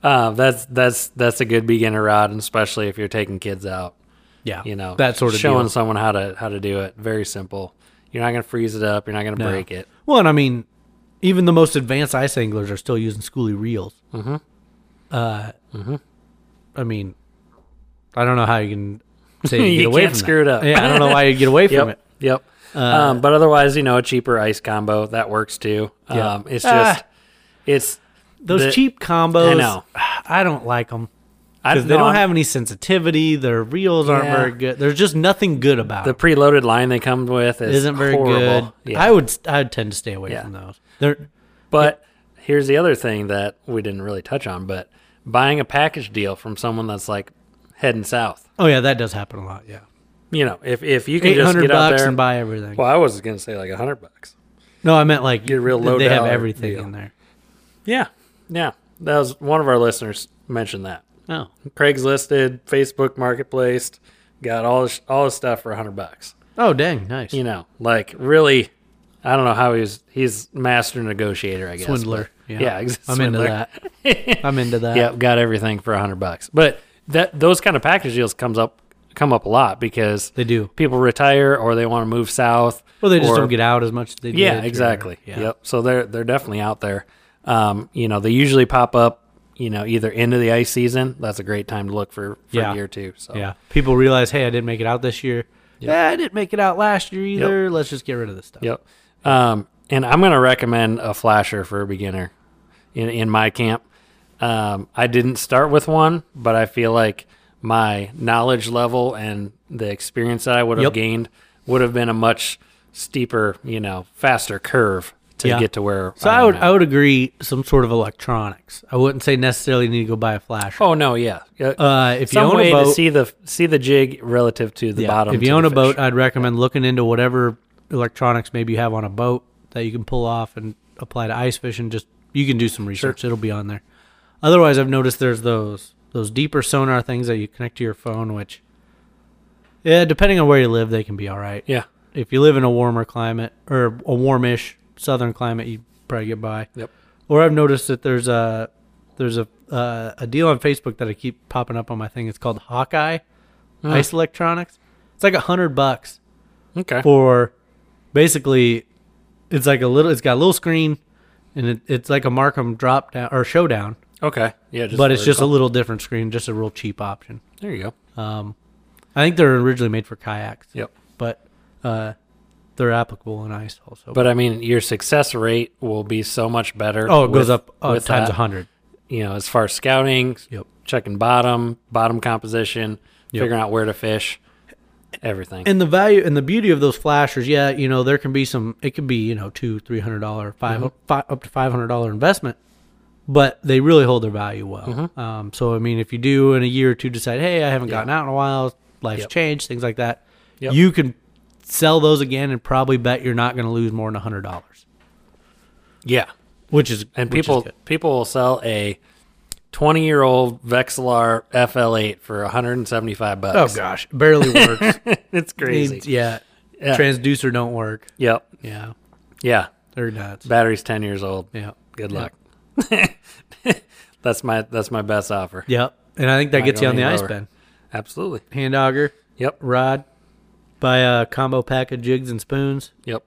S1: Uh, that's that's that's a good beginner rod, and especially if you're taking kids out.
S2: Yeah.
S1: You know
S2: that sort of
S1: showing
S2: deal.
S1: someone how to how to do it. Very simple. You're not gonna freeze it up. You're not gonna break it.
S2: Well, and I mean, even the most advanced ice anglers are still using schoolie reels.
S1: Mhm.
S2: Uh,
S1: Mm-hmm.
S2: I mean, I don't know how you can say you,
S1: You
S2: get away
S1: can't
S2: from
S1: screw it
S2: that.
S1: up.
S2: Yeah, I don't know why you get away
S1: Yep.
S2: from it. Uh,
S1: Yep. um, but otherwise, you know, a cheaper ice combo that works too.
S2: Yeah.
S1: Um, it's
S2: Ah.
S1: just, it's
S2: Those
S1: the-
S2: cheap combos,
S1: I know.
S2: I don't like them
S1: I
S2: because they
S1: no,
S2: don't
S1: I'm-
S2: have any sensitivity. Their reels aren't
S1: Yeah.
S2: very good. There's just nothing good about
S1: the
S2: them.
S1: preloaded line they come with is
S2: Isn't very
S1: horrible.
S2: good.
S1: Yeah.
S2: I would I would tend to stay away
S1: Yeah.
S2: from those. They're
S1: But here's the other thing that we didn't really touch on, but buying a package deal from someone that's like heading south.
S2: oh yeah, that does happen a lot. Yeah,
S1: You know, if if you can
S2: eight
S1: just
S2: hundred
S1: get out
S2: bucks
S1: there
S2: and buy everything.
S1: Well, I was gonna say like a hundred bucks.
S2: No, I meant like
S1: Get a real low
S2: They have
S1: dollar
S2: everything
S1: deal.
S2: in there.
S1: Yeah, yeah. That was one of our listeners mentioned that
S2: Oh,
S1: Craigslisted, Facebook Marketplace, got all this, all this stuff for a hundred bucks.
S2: oh, dang, nice
S1: You know, like really, I don't know how he's he's master negotiator. I guess but-
S2: swindler. Yeah,
S1: yeah,
S2: I'm
S1: ex-
S2: into
S1: swindler.
S2: that. I'm into that.
S1: Yep, got everything for a hundred bucks. But that those kind of package deals comes up come up a lot because
S2: they do.
S1: people retire or they want to move south.
S2: Well, they just
S1: or-
S2: don't get out as much as they did.
S1: Yeah,
S2: or-
S1: exactly.
S2: yeah.
S1: Yep. So they're they're definitely out there. Um, you know, they usually pop up. You know, either end of the ice season. That's a great time to look for, for
S2: Yeah.
S1: a year too. So
S2: Yeah. People realize, hey, I didn't make it out this year. Yeah, I didn't make it out last year either. Let's just get rid of this stuff.
S1: Yep. Um, and I'm going to recommend a flasher for a beginner in, in my camp. Um, I didn't start with one, but I feel like my knowledge level and the experience that I would have
S2: Yep.
S1: gained would have been a much steeper, you know, faster curve to
S2: Yeah.
S1: get to where.
S2: So I
S1: am
S2: would
S1: now.
S2: I would agree some sort of electronics. I wouldn't say necessarily need to go buy a flash.
S1: oh no, yeah. Yeah.
S2: Uh, if you
S1: Some
S2: own
S1: way
S2: a boat,
S1: to see the see the jig relative to the
S2: yeah,
S1: bottom.
S2: if you
S1: to
S2: own
S1: the
S2: a boat,
S1: fish.
S2: I'd recommend looking into whatever electronics maybe you have on a boat that you can pull off and apply to ice fishing. Just you can do some research; it'll be on there. Otherwise, I've noticed there's those those deeper sonar things that you connect to your phone, which yeah, depending on where you live, they can be all right.
S1: yeah,
S2: if you live in a warmer climate or a warmish southern climate, you probably get by.
S1: Yep.
S2: Or I've noticed that there's a there's a uh, a deal on Facebook that I keep popping up on my thing. It's called Hawkeye Ice Electronics. It's like a hundred bucks
S1: okay,
S2: for basically it's like a little it's got a little screen and it, it's like a Markham drop down or showdown,
S1: okay, yeah. Just
S2: but it's just a
S1: vertical.
S2: little different screen, just a real cheap option.
S1: there you go.
S2: Um, I think they're originally made for kayaks
S1: Yep.
S2: but uh, they're applicable in ice also.
S1: But I mean, your success rate will be so much better.
S2: oh, it goes
S1: with-
S2: up uh,
S1: with
S2: times
S1: that,
S2: a hundred.
S1: You know, as far as scouting,
S2: Yep.
S1: checking bottom, bottom composition,
S2: Yep.
S1: figuring out where to fish, everything.
S2: And the value and the beauty of those flashers, yeah, you know, there can be some. It can be you know two, three hundred dollar, 5
S1: Mm-hmm.
S2: fi- up to five hundred dollar investment, but they really hold their value well.
S1: Mm-hmm.
S2: Um, so I mean, if you do in a year or two decide, hey, I haven't gotten out in a while, life's
S1: Yep.
S2: changed, things like that,
S1: Yep.
S2: you can sell those again and probably bet you're not going to lose more than hundred dollars,
S1: yeah,
S2: which is
S1: and
S2: which is
S1: people
S2: good.
S1: people will sell a twenty year old Vexilar FL8 for one hundred and seventy five
S2: Oh
S1: bucks.
S2: gosh, barely works.
S1: it's crazy.
S2: yeah.
S1: Yeah.
S2: transducer don't work.
S1: Yep.
S2: Yeah,
S1: Yeah.
S2: they're nuts.
S1: Battery's ten years old.
S2: Yeah.
S1: Good luck. that's my that's my best offer.
S2: Yep. And I think that gets you on
S1: going
S2: the
S1: any
S2: ice
S1: lower.
S2: bend.
S1: Absolutely.
S2: Hand auger,
S1: Yep.
S2: rod, buy a combo pack of jigs and spoons,
S1: Yep.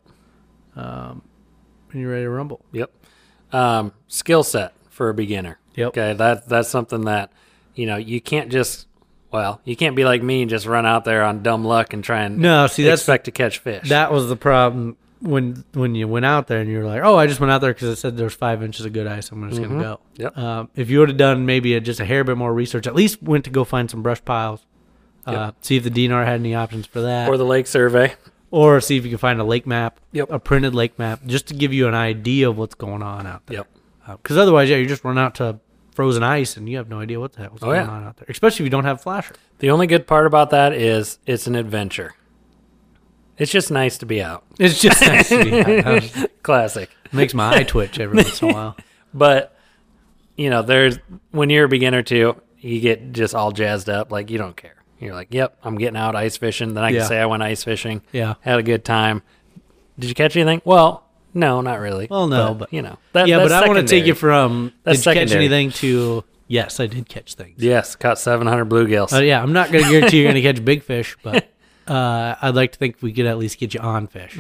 S2: and you're ready to rumble.
S1: Yep. Um, skill set for a beginner.
S2: Yep.
S1: Okay. That that's something that you know you can't just well you can't be like me and just run out there on dumb luck and try and
S2: No, see that's
S1: expect to catch fish.
S2: that was the problem when when you went out there and you were like, oh, I just went out there because it said there's five inches of good ice. I'm just gonna go.
S1: Mm-hmm. Yep.
S2: Um, if you would have done maybe a, just a hair bit more research, at least went to go find some brush piles, uh,
S1: Yep.
S2: see if the DNR had any options for that,
S1: or the lake survey.
S2: or see if you can find a lake map,
S1: Yep.
S2: a printed lake map, just to give you an idea of what's going on out there.
S1: Yep.
S2: Because otherwise, yeah, you just run out to frozen ice and you have no idea what the hell's
S1: Oh,
S2: going
S1: yeah.
S2: on out there, especially if you don't have flasher.
S1: The only good part about that is it's an adventure. It's just nice to be out.
S2: It's just nice to be out. That
S1: Classic.
S2: makes my eye twitch every once in a while.
S1: But you know, there's when you're a beginner too, you get just all jazzed up, like you don't care. You're like, "Yep, I'm getting out ice fishing." Then I
S2: Yeah.
S1: can say I went ice fishing.
S2: Yeah.
S1: had a good time. Did you catch anything? Well, no, not really.
S2: Well, no, but-
S1: you know, that,
S2: yeah,
S1: that's
S2: but I want to take
S1: secondary.
S2: you from
S1: That's
S2: did you catch
S1: secondary.
S2: anything to yes, I did catch things.
S1: yes, caught seven hundred bluegills.
S2: Uh, yeah, I'm not going to guarantee you're going to catch big
S1: Mm-hmm.
S2: fish, but uh, I'd like to think we could at least get you on fish.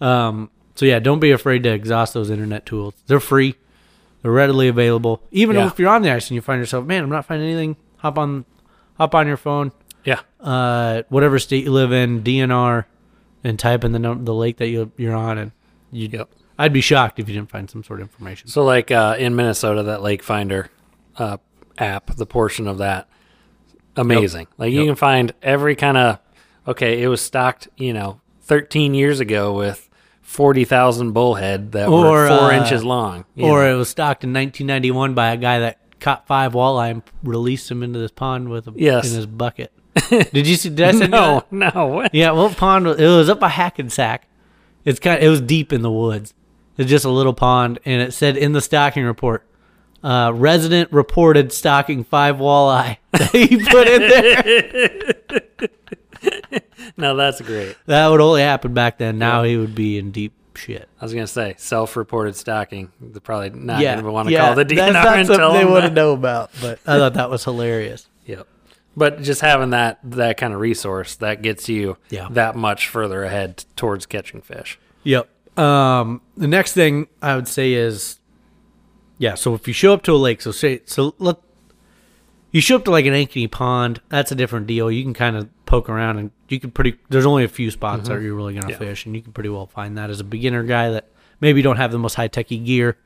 S2: Um, So yeah, don't be afraid to exhaust those internet tools. They're free. They're readily available. Even
S1: Yeah.
S2: if you're on the ice and you find yourself, man, I'm not finding anything. Hop on, hop on your phone,
S1: Yeah.
S2: uh, whatever state you live in, DNR, and type in the num- the lake that you, you're on, and you.
S1: Yep.
S2: I'd be shocked if you didn't find some sort of information.
S1: So, like uh, in Minnesota, that Lake Finder uh, app, the portion of that, amazing. Like you
S2: Yep.
S1: can find every kind of. Okay, it was stocked, you know, 13 years ago with 40,000 bullhead that
S2: Or,
S1: were four
S2: uh,
S1: inches long. you
S2: Or
S1: know.
S2: it was stocked in 1991 by a guy that caught five walleye and released him into this pond with a,
S1: Yes.
S2: in his bucket. Did you see? Did I send you
S1: no,
S2: that?
S1: no. what?
S2: Yeah, well, pond. It was up by Hackensack. It's kind. it was deep in the woods. It's just a little pond, and it said in the stocking report, uh, resident reported stocking five walleye that he put in there.
S1: No, that's great.
S2: that would only happen back then. Now he would be in deep shit.
S1: I was gonna say self-reported stocking. They're probably not gonna want to
S2: yeah,
S1: call the DNR
S2: that's not
S1: and
S2: something
S1: tell
S2: they
S1: them
S2: want to
S1: that.
S2: know about. But I thought that was hilarious.
S1: Yep. But just having that that kind of resource that gets you
S2: Yeah.
S1: that much further ahead t- towards catching fish.
S2: Yep. Um, the next thing I would say is, yeah. So if you show up to a lake, so say, so let you show up to like an Ankeny pond. That's a different deal. You can kind of poke around, and you can pretty. There's only a few spots that you're really gonna
S1: Yeah.
S2: fish, and you can pretty well find that as a beginner guy that maybe don't have the most high techy gear.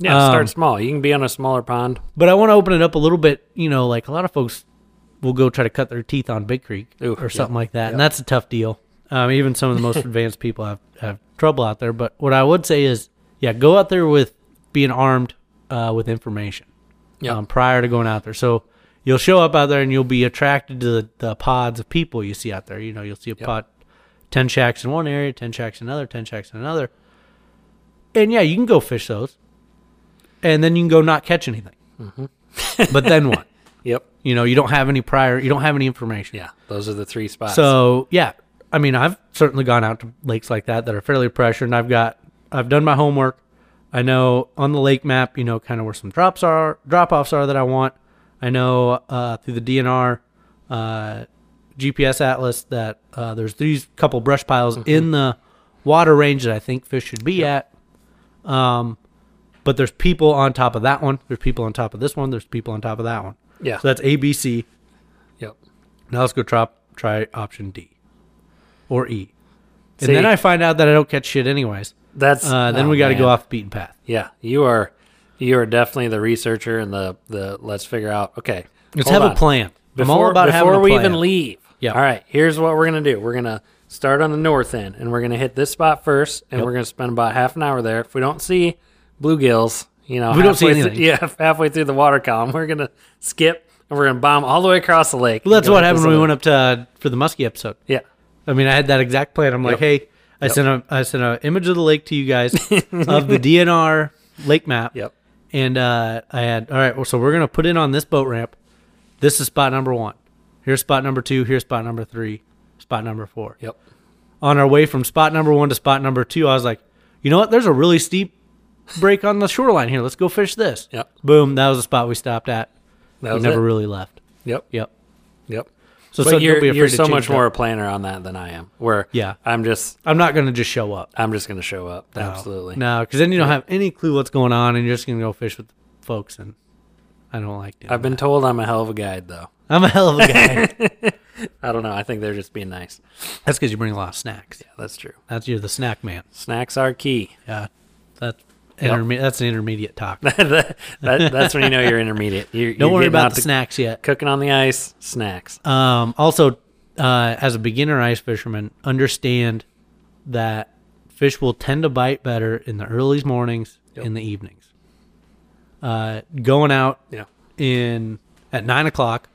S1: Yeah,
S2: Um,
S1: start small. You can be on a smaller pond.
S2: But I want to open it up a little bit. You know, like a lot of folks will go try to cut their teeth on Big Creek
S1: Ooh,
S2: or something like that, and that's a tough deal. Um, even some of the most advanced people have, have trouble out there. But what I would say is, yeah, go out there with being armed uh, with information
S1: Yeah.
S2: um, prior to going out there. So you'll show up out there and you'll be attracted to the, the pods of people you see out there. You know, you'll see a pod, 10 shacks in one area, 10 shacks in another, 10 shacks in another. And yeah, you can go fish those. And then you can go not catch anything.
S1: Mm-hmm.
S2: but then what?
S1: yep.
S2: You know, you don't have any prior, you don't have any information.
S1: Yeah. Those are the three spots.
S2: So yeah, I mean, I've certainly gone out to lakes like that that are fairly pressured, and I've got I've done my homework. I know on the lake map, you know, kind of where some drops are, drop offs are that I want. I know uh, through the DNR uh, GPS atlas that uh, there's these couple brush piles in the water range that I think fish should be at. Um, but there's people on top of that one. There's people on top of this one. There's people on top of that one.
S1: yeah.
S2: So that's ABC.
S1: yep.
S2: Now let's go try, try option D or E. And
S1: See-
S2: then I find out that I don't catch shit anyways.
S1: That's
S2: Uh, then
S1: oh,
S2: we got to
S1: man.
S2: go off the beaten path.
S1: Yeah. You are you are definitely the researcher and the the let's figure out okay.
S2: Let's
S1: hold
S2: have
S1: on.
S2: a plan. I'm
S1: Before,
S2: all about
S1: before
S2: having a
S1: we
S2: plan.
S1: even leave.
S2: Yeah.
S1: All right. Here's what we're gonna do. We're gonna start on the north end, and we're gonna hit this spot first, and we're gonna spend about half an hour there. If we don't see bluegills, you know,
S2: we don't see
S1: halfway
S2: anything.
S1: Through, yeah, halfway through the water column, we're gonna skip and we're gonna bomb all the way across the lake.
S2: Well, that's
S1: Go
S2: what
S1: to
S2: happened
S1: this
S2: when we
S1: other-
S2: went up to uh, for the muskie episode.
S1: Yeah.
S2: I mean, I had that exact plan. I'm like, hey, I sent a I sent an image of the lake to you guys of the DNR lake map.
S1: Yep.
S2: And uh, I had all right. Well, so we're gonna put in on this boat ramp. This is spot number one. Here's spot number two. Here's spot number three. Spot number four.
S1: Yep.
S2: on our way from spot number one to spot number two, I was like, you know what? There's a really steep break on the shoreline here. Let's go fish this.
S1: Yep.
S2: Boom. That was the spot we stopped at.
S1: That
S2: We
S1: was
S2: never
S1: it.
S2: really left.
S1: Yep.
S2: Yep.
S1: Yep. but
S2: So, so don't
S1: you're,
S2: be afraid
S1: you're
S2: to
S1: so
S2: change
S1: much
S2: that.
S1: more a planner on that than I am. Where
S2: Yeah.
S1: I'm just
S2: I'm not going to just show up.
S1: I'm just gonna show up. Absolutely.
S2: No, because then you don't have any clue what's going on, and you're just going to go fish with folks. And I don't like doing
S1: I've been told I'm a hell of a guide though.
S2: that. I'm a hell of a guy.
S1: I don't know. I think they're just being nice.
S2: That's because you bring a lot of snacks.
S1: That's true.
S2: That's you're the snack man.
S1: Snacks are key.
S2: Yeah. That's interme- that's an intermediate talk.
S1: that, that's when you know you're intermediate. You're,
S2: Don't
S1: you're
S2: worry
S1: getting
S2: about
S1: out
S2: the
S1: to
S2: snacks yet.
S1: Cooking on the ice, snacks.
S2: Um, also, uh, as a beginner ice fisherman, understand that fish will tend to bite better in the early mornings,
S1: Yep.
S2: in the evenings. Uh, going out
S1: Yeah.
S2: in at nine o'clock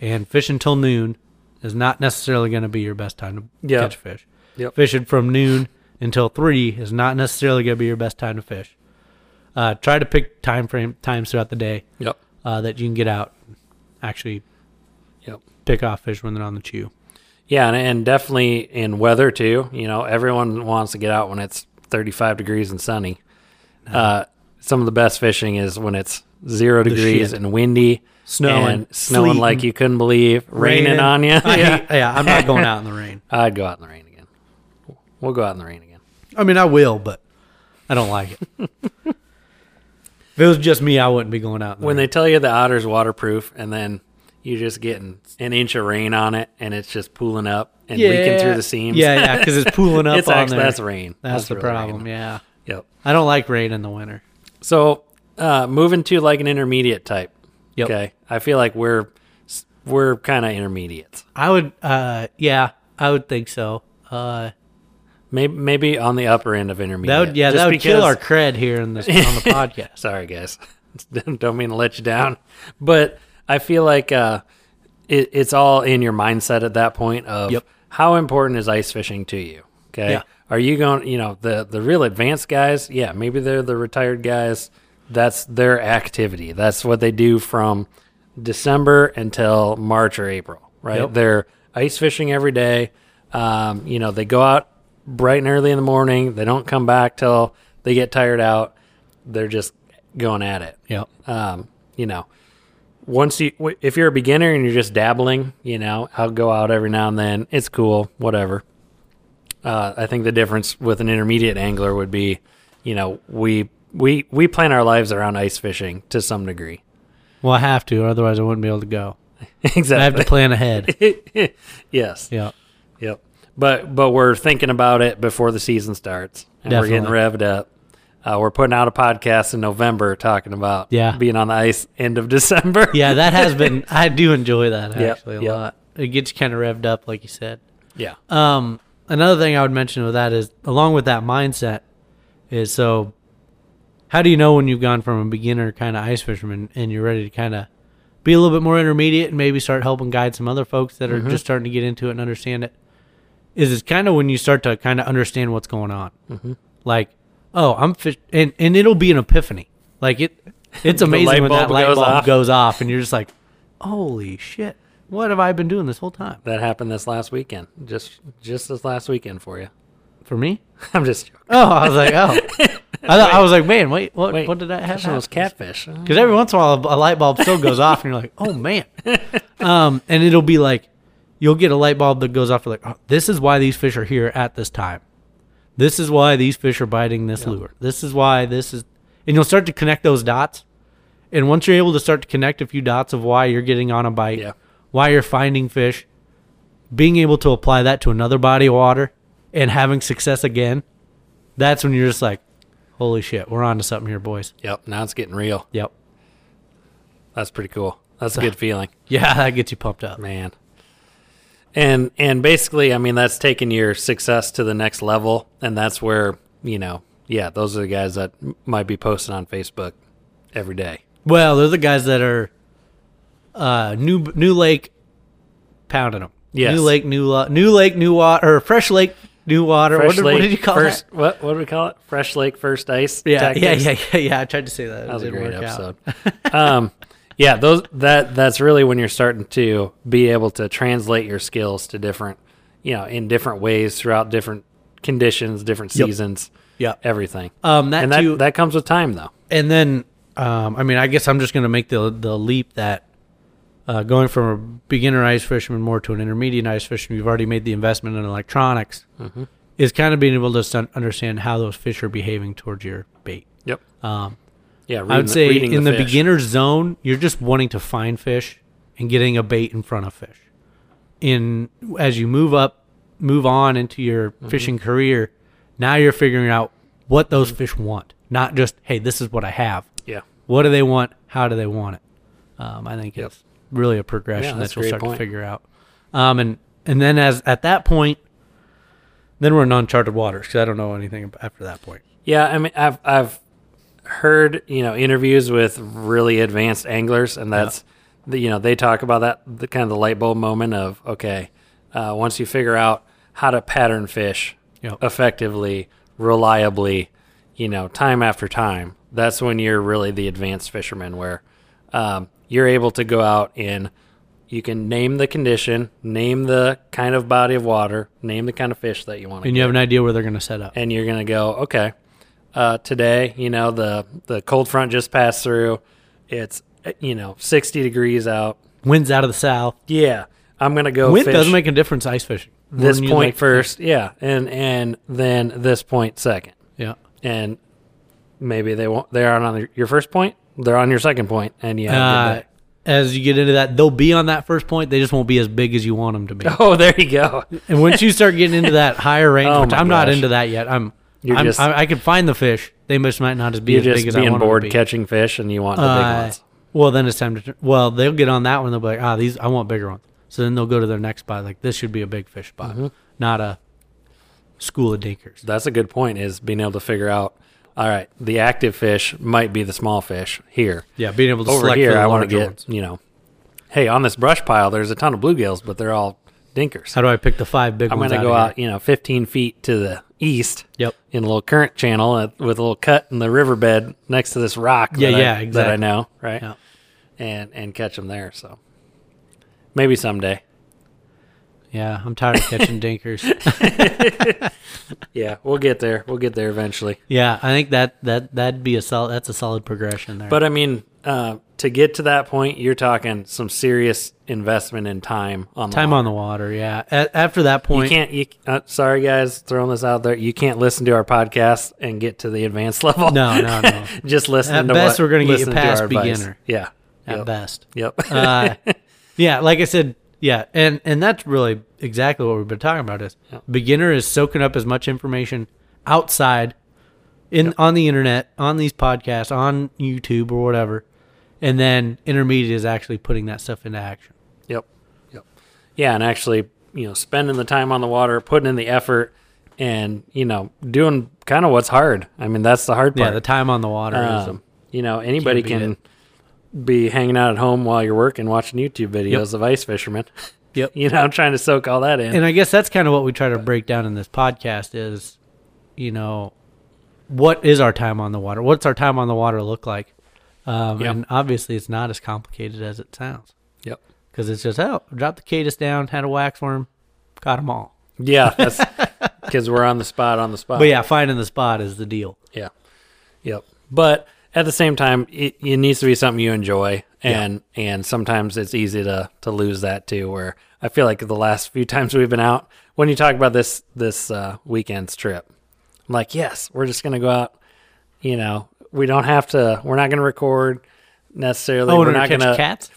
S2: and fishing till noon is not necessarily going to be your best time to
S1: Yeah.
S2: catch fish.
S1: Yep.
S2: Fishing from noon until three is not necessarily going to be your best time to fish. Uh, try to pick time frame times throughout the day
S1: Yep.
S2: uh, that you can get out, and actually
S1: Yep.
S2: pick off fish when they're on the chew.
S1: Yeah, and, and definitely in weather too. You know, everyone wants to get out when it's 35 degrees and sunny. Uh, some of the best fishing is when it's zero degrees
S2: shit.
S1: and windy,
S2: Snowing,
S1: and snowing
S2: sleeting,
S1: like you couldn't believe, raining, on you.
S2: I
S1: yeah,
S2: hate- yeah, I'm not going out in the rain.
S1: I'd go out in the rain again. We'll go out in the rain again.
S2: I mean, I will, but I don't like it. if it was just me, I wouldn't be going out. in the
S1: When
S2: rain.
S1: they tell you the otter's waterproof and then you're just getting an inch of rain on it and it's just pooling up and leaking through the seams.
S2: Yeah, yeah, because it's pooling up
S1: it's
S2: on
S1: actually,
S2: there.
S1: that's rain.
S2: That's, the
S1: really
S2: problem.
S1: rain.
S2: Yeah,
S1: Yep.
S2: I don't like rain in the winter.
S1: So uh, moving to like an intermediate type.
S2: Yep.
S1: Okay. I feel like we're we're kind of intermediates.
S2: I would. uh Yeah, I would think so. Uh,
S1: Maybe maybe on the upper end of intermediate.
S2: that would. Yeah,
S1: Just
S2: that would kill
S1: because-
S2: our cred here in this on the podcast.
S1: Sorry, guys. Don't mean to let you down, but I feel like uh, it, it's all in your mindset at that point of
S2: Yep.
S1: how important is ice fishing to you. Okay,
S2: Yeah.
S1: are you going? You know, the the real advanced guys. Yeah, maybe they're the retired guys. That's their activity. That's what they do from December until March or April. Right?
S2: Yep.
S1: They're ice fishing every day. Um, you know, they go out bright and early in the morning. They don't come back till they get tired out they're just going at it.
S2: Yep.
S1: Um, you know, once you w- if you're a beginner and you're just dabbling, you know, I'll go out every now and then. It's cool, whatever. Uh, I think the difference with an intermediate angler would be, you know, we we we plan our lives around ice fishing to some degree.
S2: Well, I have to, otherwise I wouldn't be able to go. I have to
S1: exactly.
S2: plan ahead.
S1: yes.
S2: yeah.
S1: Yep. But but we're thinking about it before the season starts, and we're getting revved up. Uh, we're putting out a podcast in November talking about
S2: Yeah.
S1: being on the ice end of December.
S2: Yeah, that has been. I do enjoy that
S1: Yep,
S2: actually a
S1: yep.
S2: lot. It gets you kind of revved up, like you said.
S1: yeah,
S2: Um, another thing I would mention with that is, along with that mindset, is so. How do you know when you've gone from a beginner kind of ice fisherman and you're ready to kind of be a little bit more intermediate and maybe start helping guide some other folks that are
S1: Mm-hmm.
S2: just starting to get into it and understand it? Is it's kind of when you start to kind of understand what's going on,
S1: Mm-hmm.
S2: like, oh, I'm fish, and and it'll be an epiphany. Like it, it's
S1: The light
S2: amazing when that
S1: bulb
S2: light
S1: goes
S2: bulb
S1: off.
S2: goes off, and you're just like, holy shit, what have I been doing this whole time?
S1: that happened this last weekend. Just just this last weekend for you.
S2: For me,
S1: I'm just joking.
S2: Oh, I was like, oh. I, thought, I was like, man, wait, what,
S1: Wait,
S2: what did that
S1: Fishing
S2: happen?
S1: was catfish. Uh,
S2: Because every once in a while, a light bulb still goes off, and you're like, oh man. Um, and it'll be like, you'll get a light bulb that goes off. You're like, oh, this is why these fish are here at this time. This is why these fish are biting this lure. This is why this is, and you'll start to connect those dots. And once you're able to start to connect a few dots of why you're getting on a bite,
S1: Yeah.
S2: why you're finding fish, being able to apply that to another body of water, and having success again, that's when you're just like, holy shit, we're on to something here, boys.
S1: Yep. Now it's getting real.
S2: Yep.
S1: That's pretty cool. That's a good feeling,
S2: Yeah, that gets you pumped up.
S1: man. And and basically, I mean, that's taking your success to the next level, and that's where you know, yeah, those are the guys that m- might be posting on Facebook every day.
S2: Well, they're the guys that are uh, new new lake pounding them.
S1: Yes.
S2: New lake, new lo- new lake, new water, or fresh lake, new water.
S1: Fresh
S2: what, did,
S1: lake,
S2: what did you call
S1: first,
S2: that?
S1: What what do we call it? Fresh lake first ice.
S2: Yeah, yeah,
S1: tactics.
S2: yeah, yeah, yeah. I tried to say that.
S1: That was a great
S2: work out.
S1: episode. um, yeah, those that that's really when you're starting to be able to translate your skills to different, you know, in different ways throughout different conditions, different
S2: Yep.
S1: seasons,
S2: Yeah.
S1: everything.
S2: Um, that
S1: and that
S2: too,
S1: that comes with time, though.
S2: and then um, I mean, I guess I'm just going to make the the leap that uh, going from a beginner ice fisherman more to an intermediate ice fisherman, you've already made the investment in electronics,
S1: Mm-hmm.
S2: is kind of being able to sun- understand how those fish are behaving towards your bait.
S1: Yep.
S2: Um,
S1: Yeah, reading,
S2: I would say
S1: reading
S2: in the,
S1: fish.
S2: beginner's zone, you're just wanting to find fish and getting a bait in front of fish. In as you move up, move on into your
S1: Mm-hmm.
S2: fishing career, now you're figuring out what those fish want, not just hey, this is what I have.
S1: Yeah.
S2: What do they want? How do they want it? Um, I think it's really a progression
S1: Yeah, that's
S2: that
S1: a great
S2: you'll start
S1: point.
S2: to figure out. Um, and and then as at that point, then we're in uncharted waters because I don't know anything ab- after that point.
S1: Yeah, I mean, I've I've heard you know interviews with really advanced anglers, and that's the, you know they talk about that the kind of the light bulb moment of okay, uh, once you figure out how to pattern fish
S2: Yep.
S1: effectively, reliably, you know, time after time, that's when you're really the advanced fisherman, where um, you're able to go out and you can name the condition, name the kind of body of water, name the kind of fish that you want to
S2: And you have an idea where they're going to set up.
S1: and you're gonna go, okay, uh, today, you know, the the cold front just passed through. It's uh, you know 60 degrees out.
S2: Winds out of the south.
S1: Yeah, I'm gonna go.
S2: Wind
S1: fish.
S2: does make a difference ice fishing.
S1: this
S2: than you'd
S1: point
S2: like to
S1: first, yeah, and and then this point second,
S2: Yeah.
S1: and maybe they won't. They aren't on the, your first point. They're on your second point, and yeah.
S2: Uh, as you get into that, they'll be on that first point. They just won't be as big as you want them to be.
S1: oh, there you go.
S2: And once you start getting into that higher range,
S1: Oh
S2: which
S1: my
S2: I'm not
S1: gosh.
S2: into that yet. I'm,
S1: You're
S2: I'm
S1: just-
S2: I, I can find the fish. They just might not just be
S1: You're
S2: as
S1: just
S2: big as I
S1: being
S2: want 'em
S1: bored
S2: to be.
S1: catching fish, and you want the big
S2: Uh,
S1: ones.
S2: well, then it's time to. turn- Well, they'll get on that one. They'll be like, ah, these I want bigger ones. So then they'll go to their next spot. Like this should be a big fish spot,
S1: Mm-hmm.
S2: not a school of dinkers.
S1: That's a good point. Is being able to figure out. All right, the active fish might be the small fish here.
S2: Yeah, being able to
S1: Over
S2: select
S1: here,
S2: for the
S1: I want to
S2: larger
S1: get
S2: ones.
S1: you know. Hey, on this brush pile, there's a ton of bluegills, but they're all dinkers.
S2: How do I pick the five big
S1: I'm
S2: ones?
S1: going to
S2: out
S1: go
S2: of here?
S1: out, you know, 15 feet to the east
S2: Yep.
S1: in a little current channel uh, with a little cut in the riverbed next to this rock
S2: Yeah,
S1: that,
S2: yeah,
S1: I, that I
S2: exactly.
S1: know, right?
S2: Yeah.
S1: And and catch them there. So maybe someday.
S2: Yeah, I'm tired of catching dinkers.
S1: Yeah, we'll get there. We'll get there eventually.
S2: Yeah, I think that that that'd be a solid. That's a solid progression there.
S1: But I mean, uh, to get to that point, you're talking some serious investment in time on
S2: time on the water. Yeah. A- after that
S1: You
S2: point,
S1: can't. You, uh, sorry, guys, throwing this out there. You can't listen to our podcast and get to the advanced level.
S2: No, no, no.
S1: Just listen.
S2: At
S1: to
S2: best,
S1: what-
S2: we're gonna get you
S1: listen to
S2: past
S1: our advice.
S2: beginner.
S1: Yeah.
S2: at
S1: Yep.
S2: best.
S1: Yep.
S2: Uh, yeah, like I said, yeah, and and that's really exactly what we've been talking about. Is beginner is soaking up as much information outside, in on the internet, on these podcasts, on YouTube or whatever, and then intermediate is actually putting that stuff into action.
S1: Yep. Yep. Yeah, and actually, you know, spending the time on the water, putting in the effort, and you know, doing kind of what's hard. I mean, that's the hard part.
S2: Yeah, the time on the water is a
S1: Um, you know, anybody
S2: Can't
S1: can
S2: beat
S1: be hanging out at home while you're working, watching YouTube videos of ice fishermen.
S2: Yep.
S1: you know, trying to soak all that in.
S2: and I guess that's kind of what we try to break down in this podcast is, you know, what is our time on the water? What's our time on the water look like? Um,
S1: Yep.
S2: And obviously, it's not as complicated as it sounds
S1: yep.
S2: because it's just oh, dropped the caddis down, had a wax worm, caught them all.
S1: Yeah, that's because we're on the spot. On the spot.
S2: But yeah, finding the spot is the deal.
S1: Yeah. Yep. But at the same time, it, it needs to be something you enjoy, and and sometimes it's easy to to lose that too. Where I feel like the last few times we've been out, when you talk about this this uh, weekend's trip, I'm like, yes, we're just gonna go out. You know, we don't have to. We're not gonna record necessarily.
S2: Oh,
S1: we're
S2: and
S1: not
S2: catch
S1: gonna.
S2: cats.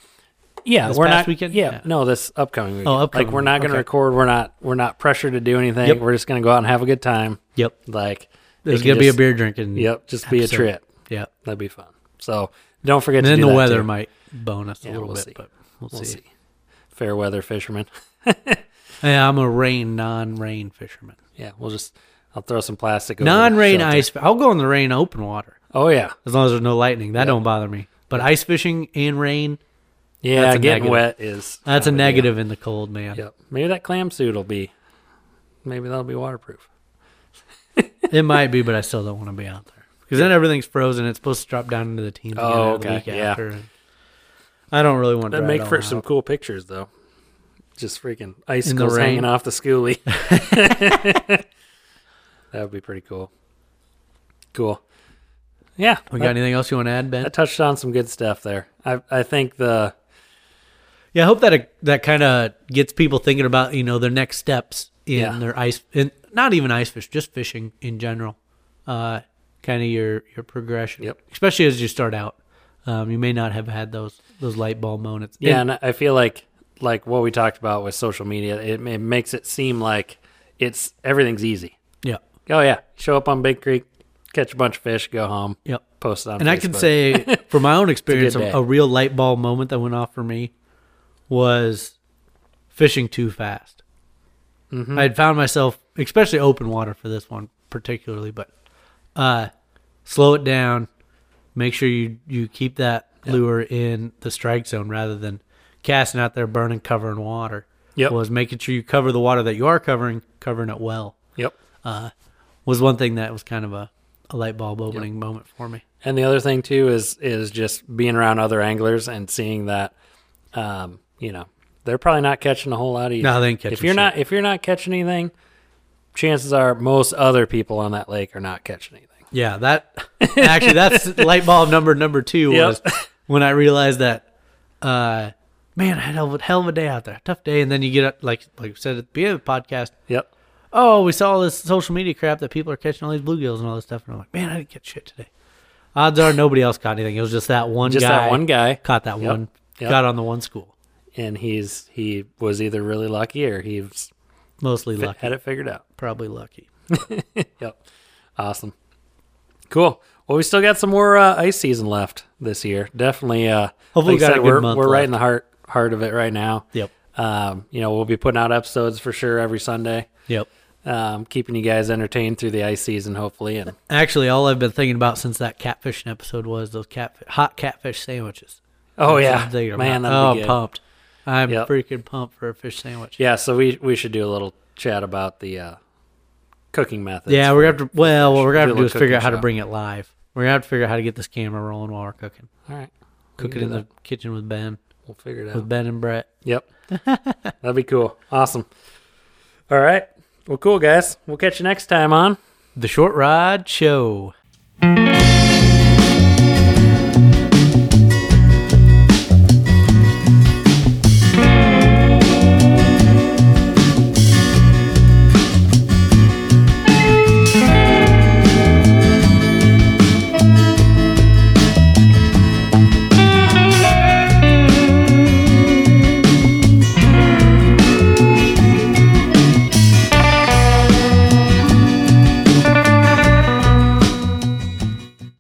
S1: yeah,
S2: this
S1: we're not.
S2: past weekend?
S1: Yeah,
S2: Yeah. Oh,
S1: no, this upcoming weekend.
S2: upcoming
S1: Like we're not gonna
S2: weekend. Okay.
S1: record. We're not. We're not pressured to do anything.
S2: Yep.
S1: We're just gonna go out and have a good time.
S2: Yep,
S1: Like
S2: there's
S1: it can
S2: gonna be a
S1: just-
S2: beer drinking.
S1: Yep, just be a
S2: episode.
S1: trip.
S2: Yep,
S1: That'd be fun. So don't forget
S2: and
S1: to
S2: then
S1: do
S2: the
S1: that,
S2: weather
S1: too.
S2: might bonus a little
S1: we'll
S2: bit,
S1: see.
S2: but we'll,
S1: We'll
S2: see.
S1: see. Fair weather fisherman.
S2: Yeah, I'm a rain non-rain fisherman.
S1: Yeah, we'll just I'll throw some plastic. over the
S2: Non-rain
S1: shelter.
S2: ice. I'll go in the rain, open water.
S1: Oh yeah,
S2: as long as there's no lightning. That don't bother me. But ice fishing and rain,
S1: yeah.
S2: That's a
S1: getting
S2: negative.
S1: wet is
S2: that's a
S1: kind of
S2: negative in the cold, man.
S1: deal. Yep. Maybe that clam suit will be. Maybe that'll be waterproof.
S2: It might be, but I still don't want to be out there because then everything's frozen. It's supposed to drop down into the teens. again
S1: Oh,
S2: the
S1: okay.
S2: week
S1: Yeah.
S2: after. I don't really want to.
S1: That'd make
S2: ride
S1: for
S2: all
S1: some
S2: out.
S1: cool pictures though. Just freaking icicles hanging
S2: rain.
S1: off the schoolie. that would be pretty cool. Cool. Yeah.
S2: We
S1: that-
S2: got anything else you want to add, Ben?
S1: I touched on some good stuff there. I I think the
S2: Yeah, I hope that uh, that kind of gets people thinking about you know their next steps in
S1: Yeah.
S2: their ice, in, not even ice fish, just fishing in general. Uh, kind of your your progression,
S1: Yep.
S2: especially as you start out. Um, you may not have had those those light bulb moments.
S1: yeah,
S2: And-
S1: and I feel like like what we talked about with social media, it, it makes it seem like it's everything's easy.
S2: yeah,
S1: Oh yeah, show up on Big Creek, catch a bunch of fish, go home,
S2: yep.
S1: post it on.
S2: And I can
S1: Facebook.
S2: say from my own experience,
S1: day.
S2: a, a real light bulb moment that went off for me was fishing too fast. I had found myself, especially open water for this one particularly, but uh, slow it down. Make sure you you keep that lure in the strike zone rather than casting out there, burning, covering water.
S1: Yep.
S2: was making sure you cover the water that you are covering, covering it well.
S1: yep.
S2: Was one thing that was kind of a, a light bulb opening moment for me.
S1: And the other thing too is is just being around other anglers and seeing that, um, you know, they're probably not catching a whole lot of.
S2: No, they ain't
S1: If
S2: catching
S1: you're
S2: shit.
S1: not if you're not catching anything, chances are most other people on that lake are not catching anything.
S2: Yeah, that actually that's light bulb number number two
S1: Yep.
S2: was when I realized that uh, man, I had a hell of a, hell of a day out there, tough day. And then you get up, like like we said at the beginning of the podcast,
S1: Yep.
S2: oh, we saw all this social media crap that people are catching all these bluegills and all this stuff. And I'm like, man, I didn't get shit today. Odds are nobody else caught anything. It was just that one
S1: Just
S2: guy.
S1: that one guy,
S2: Caught that
S1: Yep.
S2: one.
S1: Yep.
S2: Got on the one school.
S1: and he's he was either really lucky or he was,
S2: Mostly lucky.
S1: had it figured out.
S2: Probably lucky.
S1: Yep. Awesome. Cool. Well, we still got some more uh, ice season left this year. Definitely. Uh,
S2: Hopefully we
S1: like
S2: got
S1: I
S2: a
S1: said,
S2: good
S1: we're,
S2: month
S1: we're right
S2: left.
S1: in the heart heart of it right now.
S2: Yep.
S1: Um, you know, we'll be putting out episodes for sure every Sunday,
S2: Yep.
S1: um, keeping you guys entertained through the ice season, hopefully. And
S2: Actually, all I've been thinking about since that catfishing episode was those cat hot catfish sandwiches.
S1: oh
S2: That's
S1: yeah,
S2: something to think
S1: man,
S2: about.
S1: that'd
S2: oh,
S1: be good.
S2: pumped. I'm
S1: Yep.
S2: freaking pumped for a fish sandwich.
S1: Yeah, so we we should do a little chat about the uh, cooking methods.
S2: Yeah, we're gonna have to. Well, what we're gonna
S1: Do a
S2: have to do is
S1: cooking
S2: figure out how to
S1: show.
S2: bring it live. We're gonna have to figure out how to get this camera rolling while we're cooking.
S1: All right. We
S2: Cook
S1: can
S2: it
S1: do
S2: in
S1: that.
S2: the kitchen with Ben,
S1: We'll figure it out.
S2: with Ben and Brett.
S1: Yep. That'd be cool. Awesome. All right. Well, cool, guys. We'll catch you next time on.
S2: The Short Rod Show.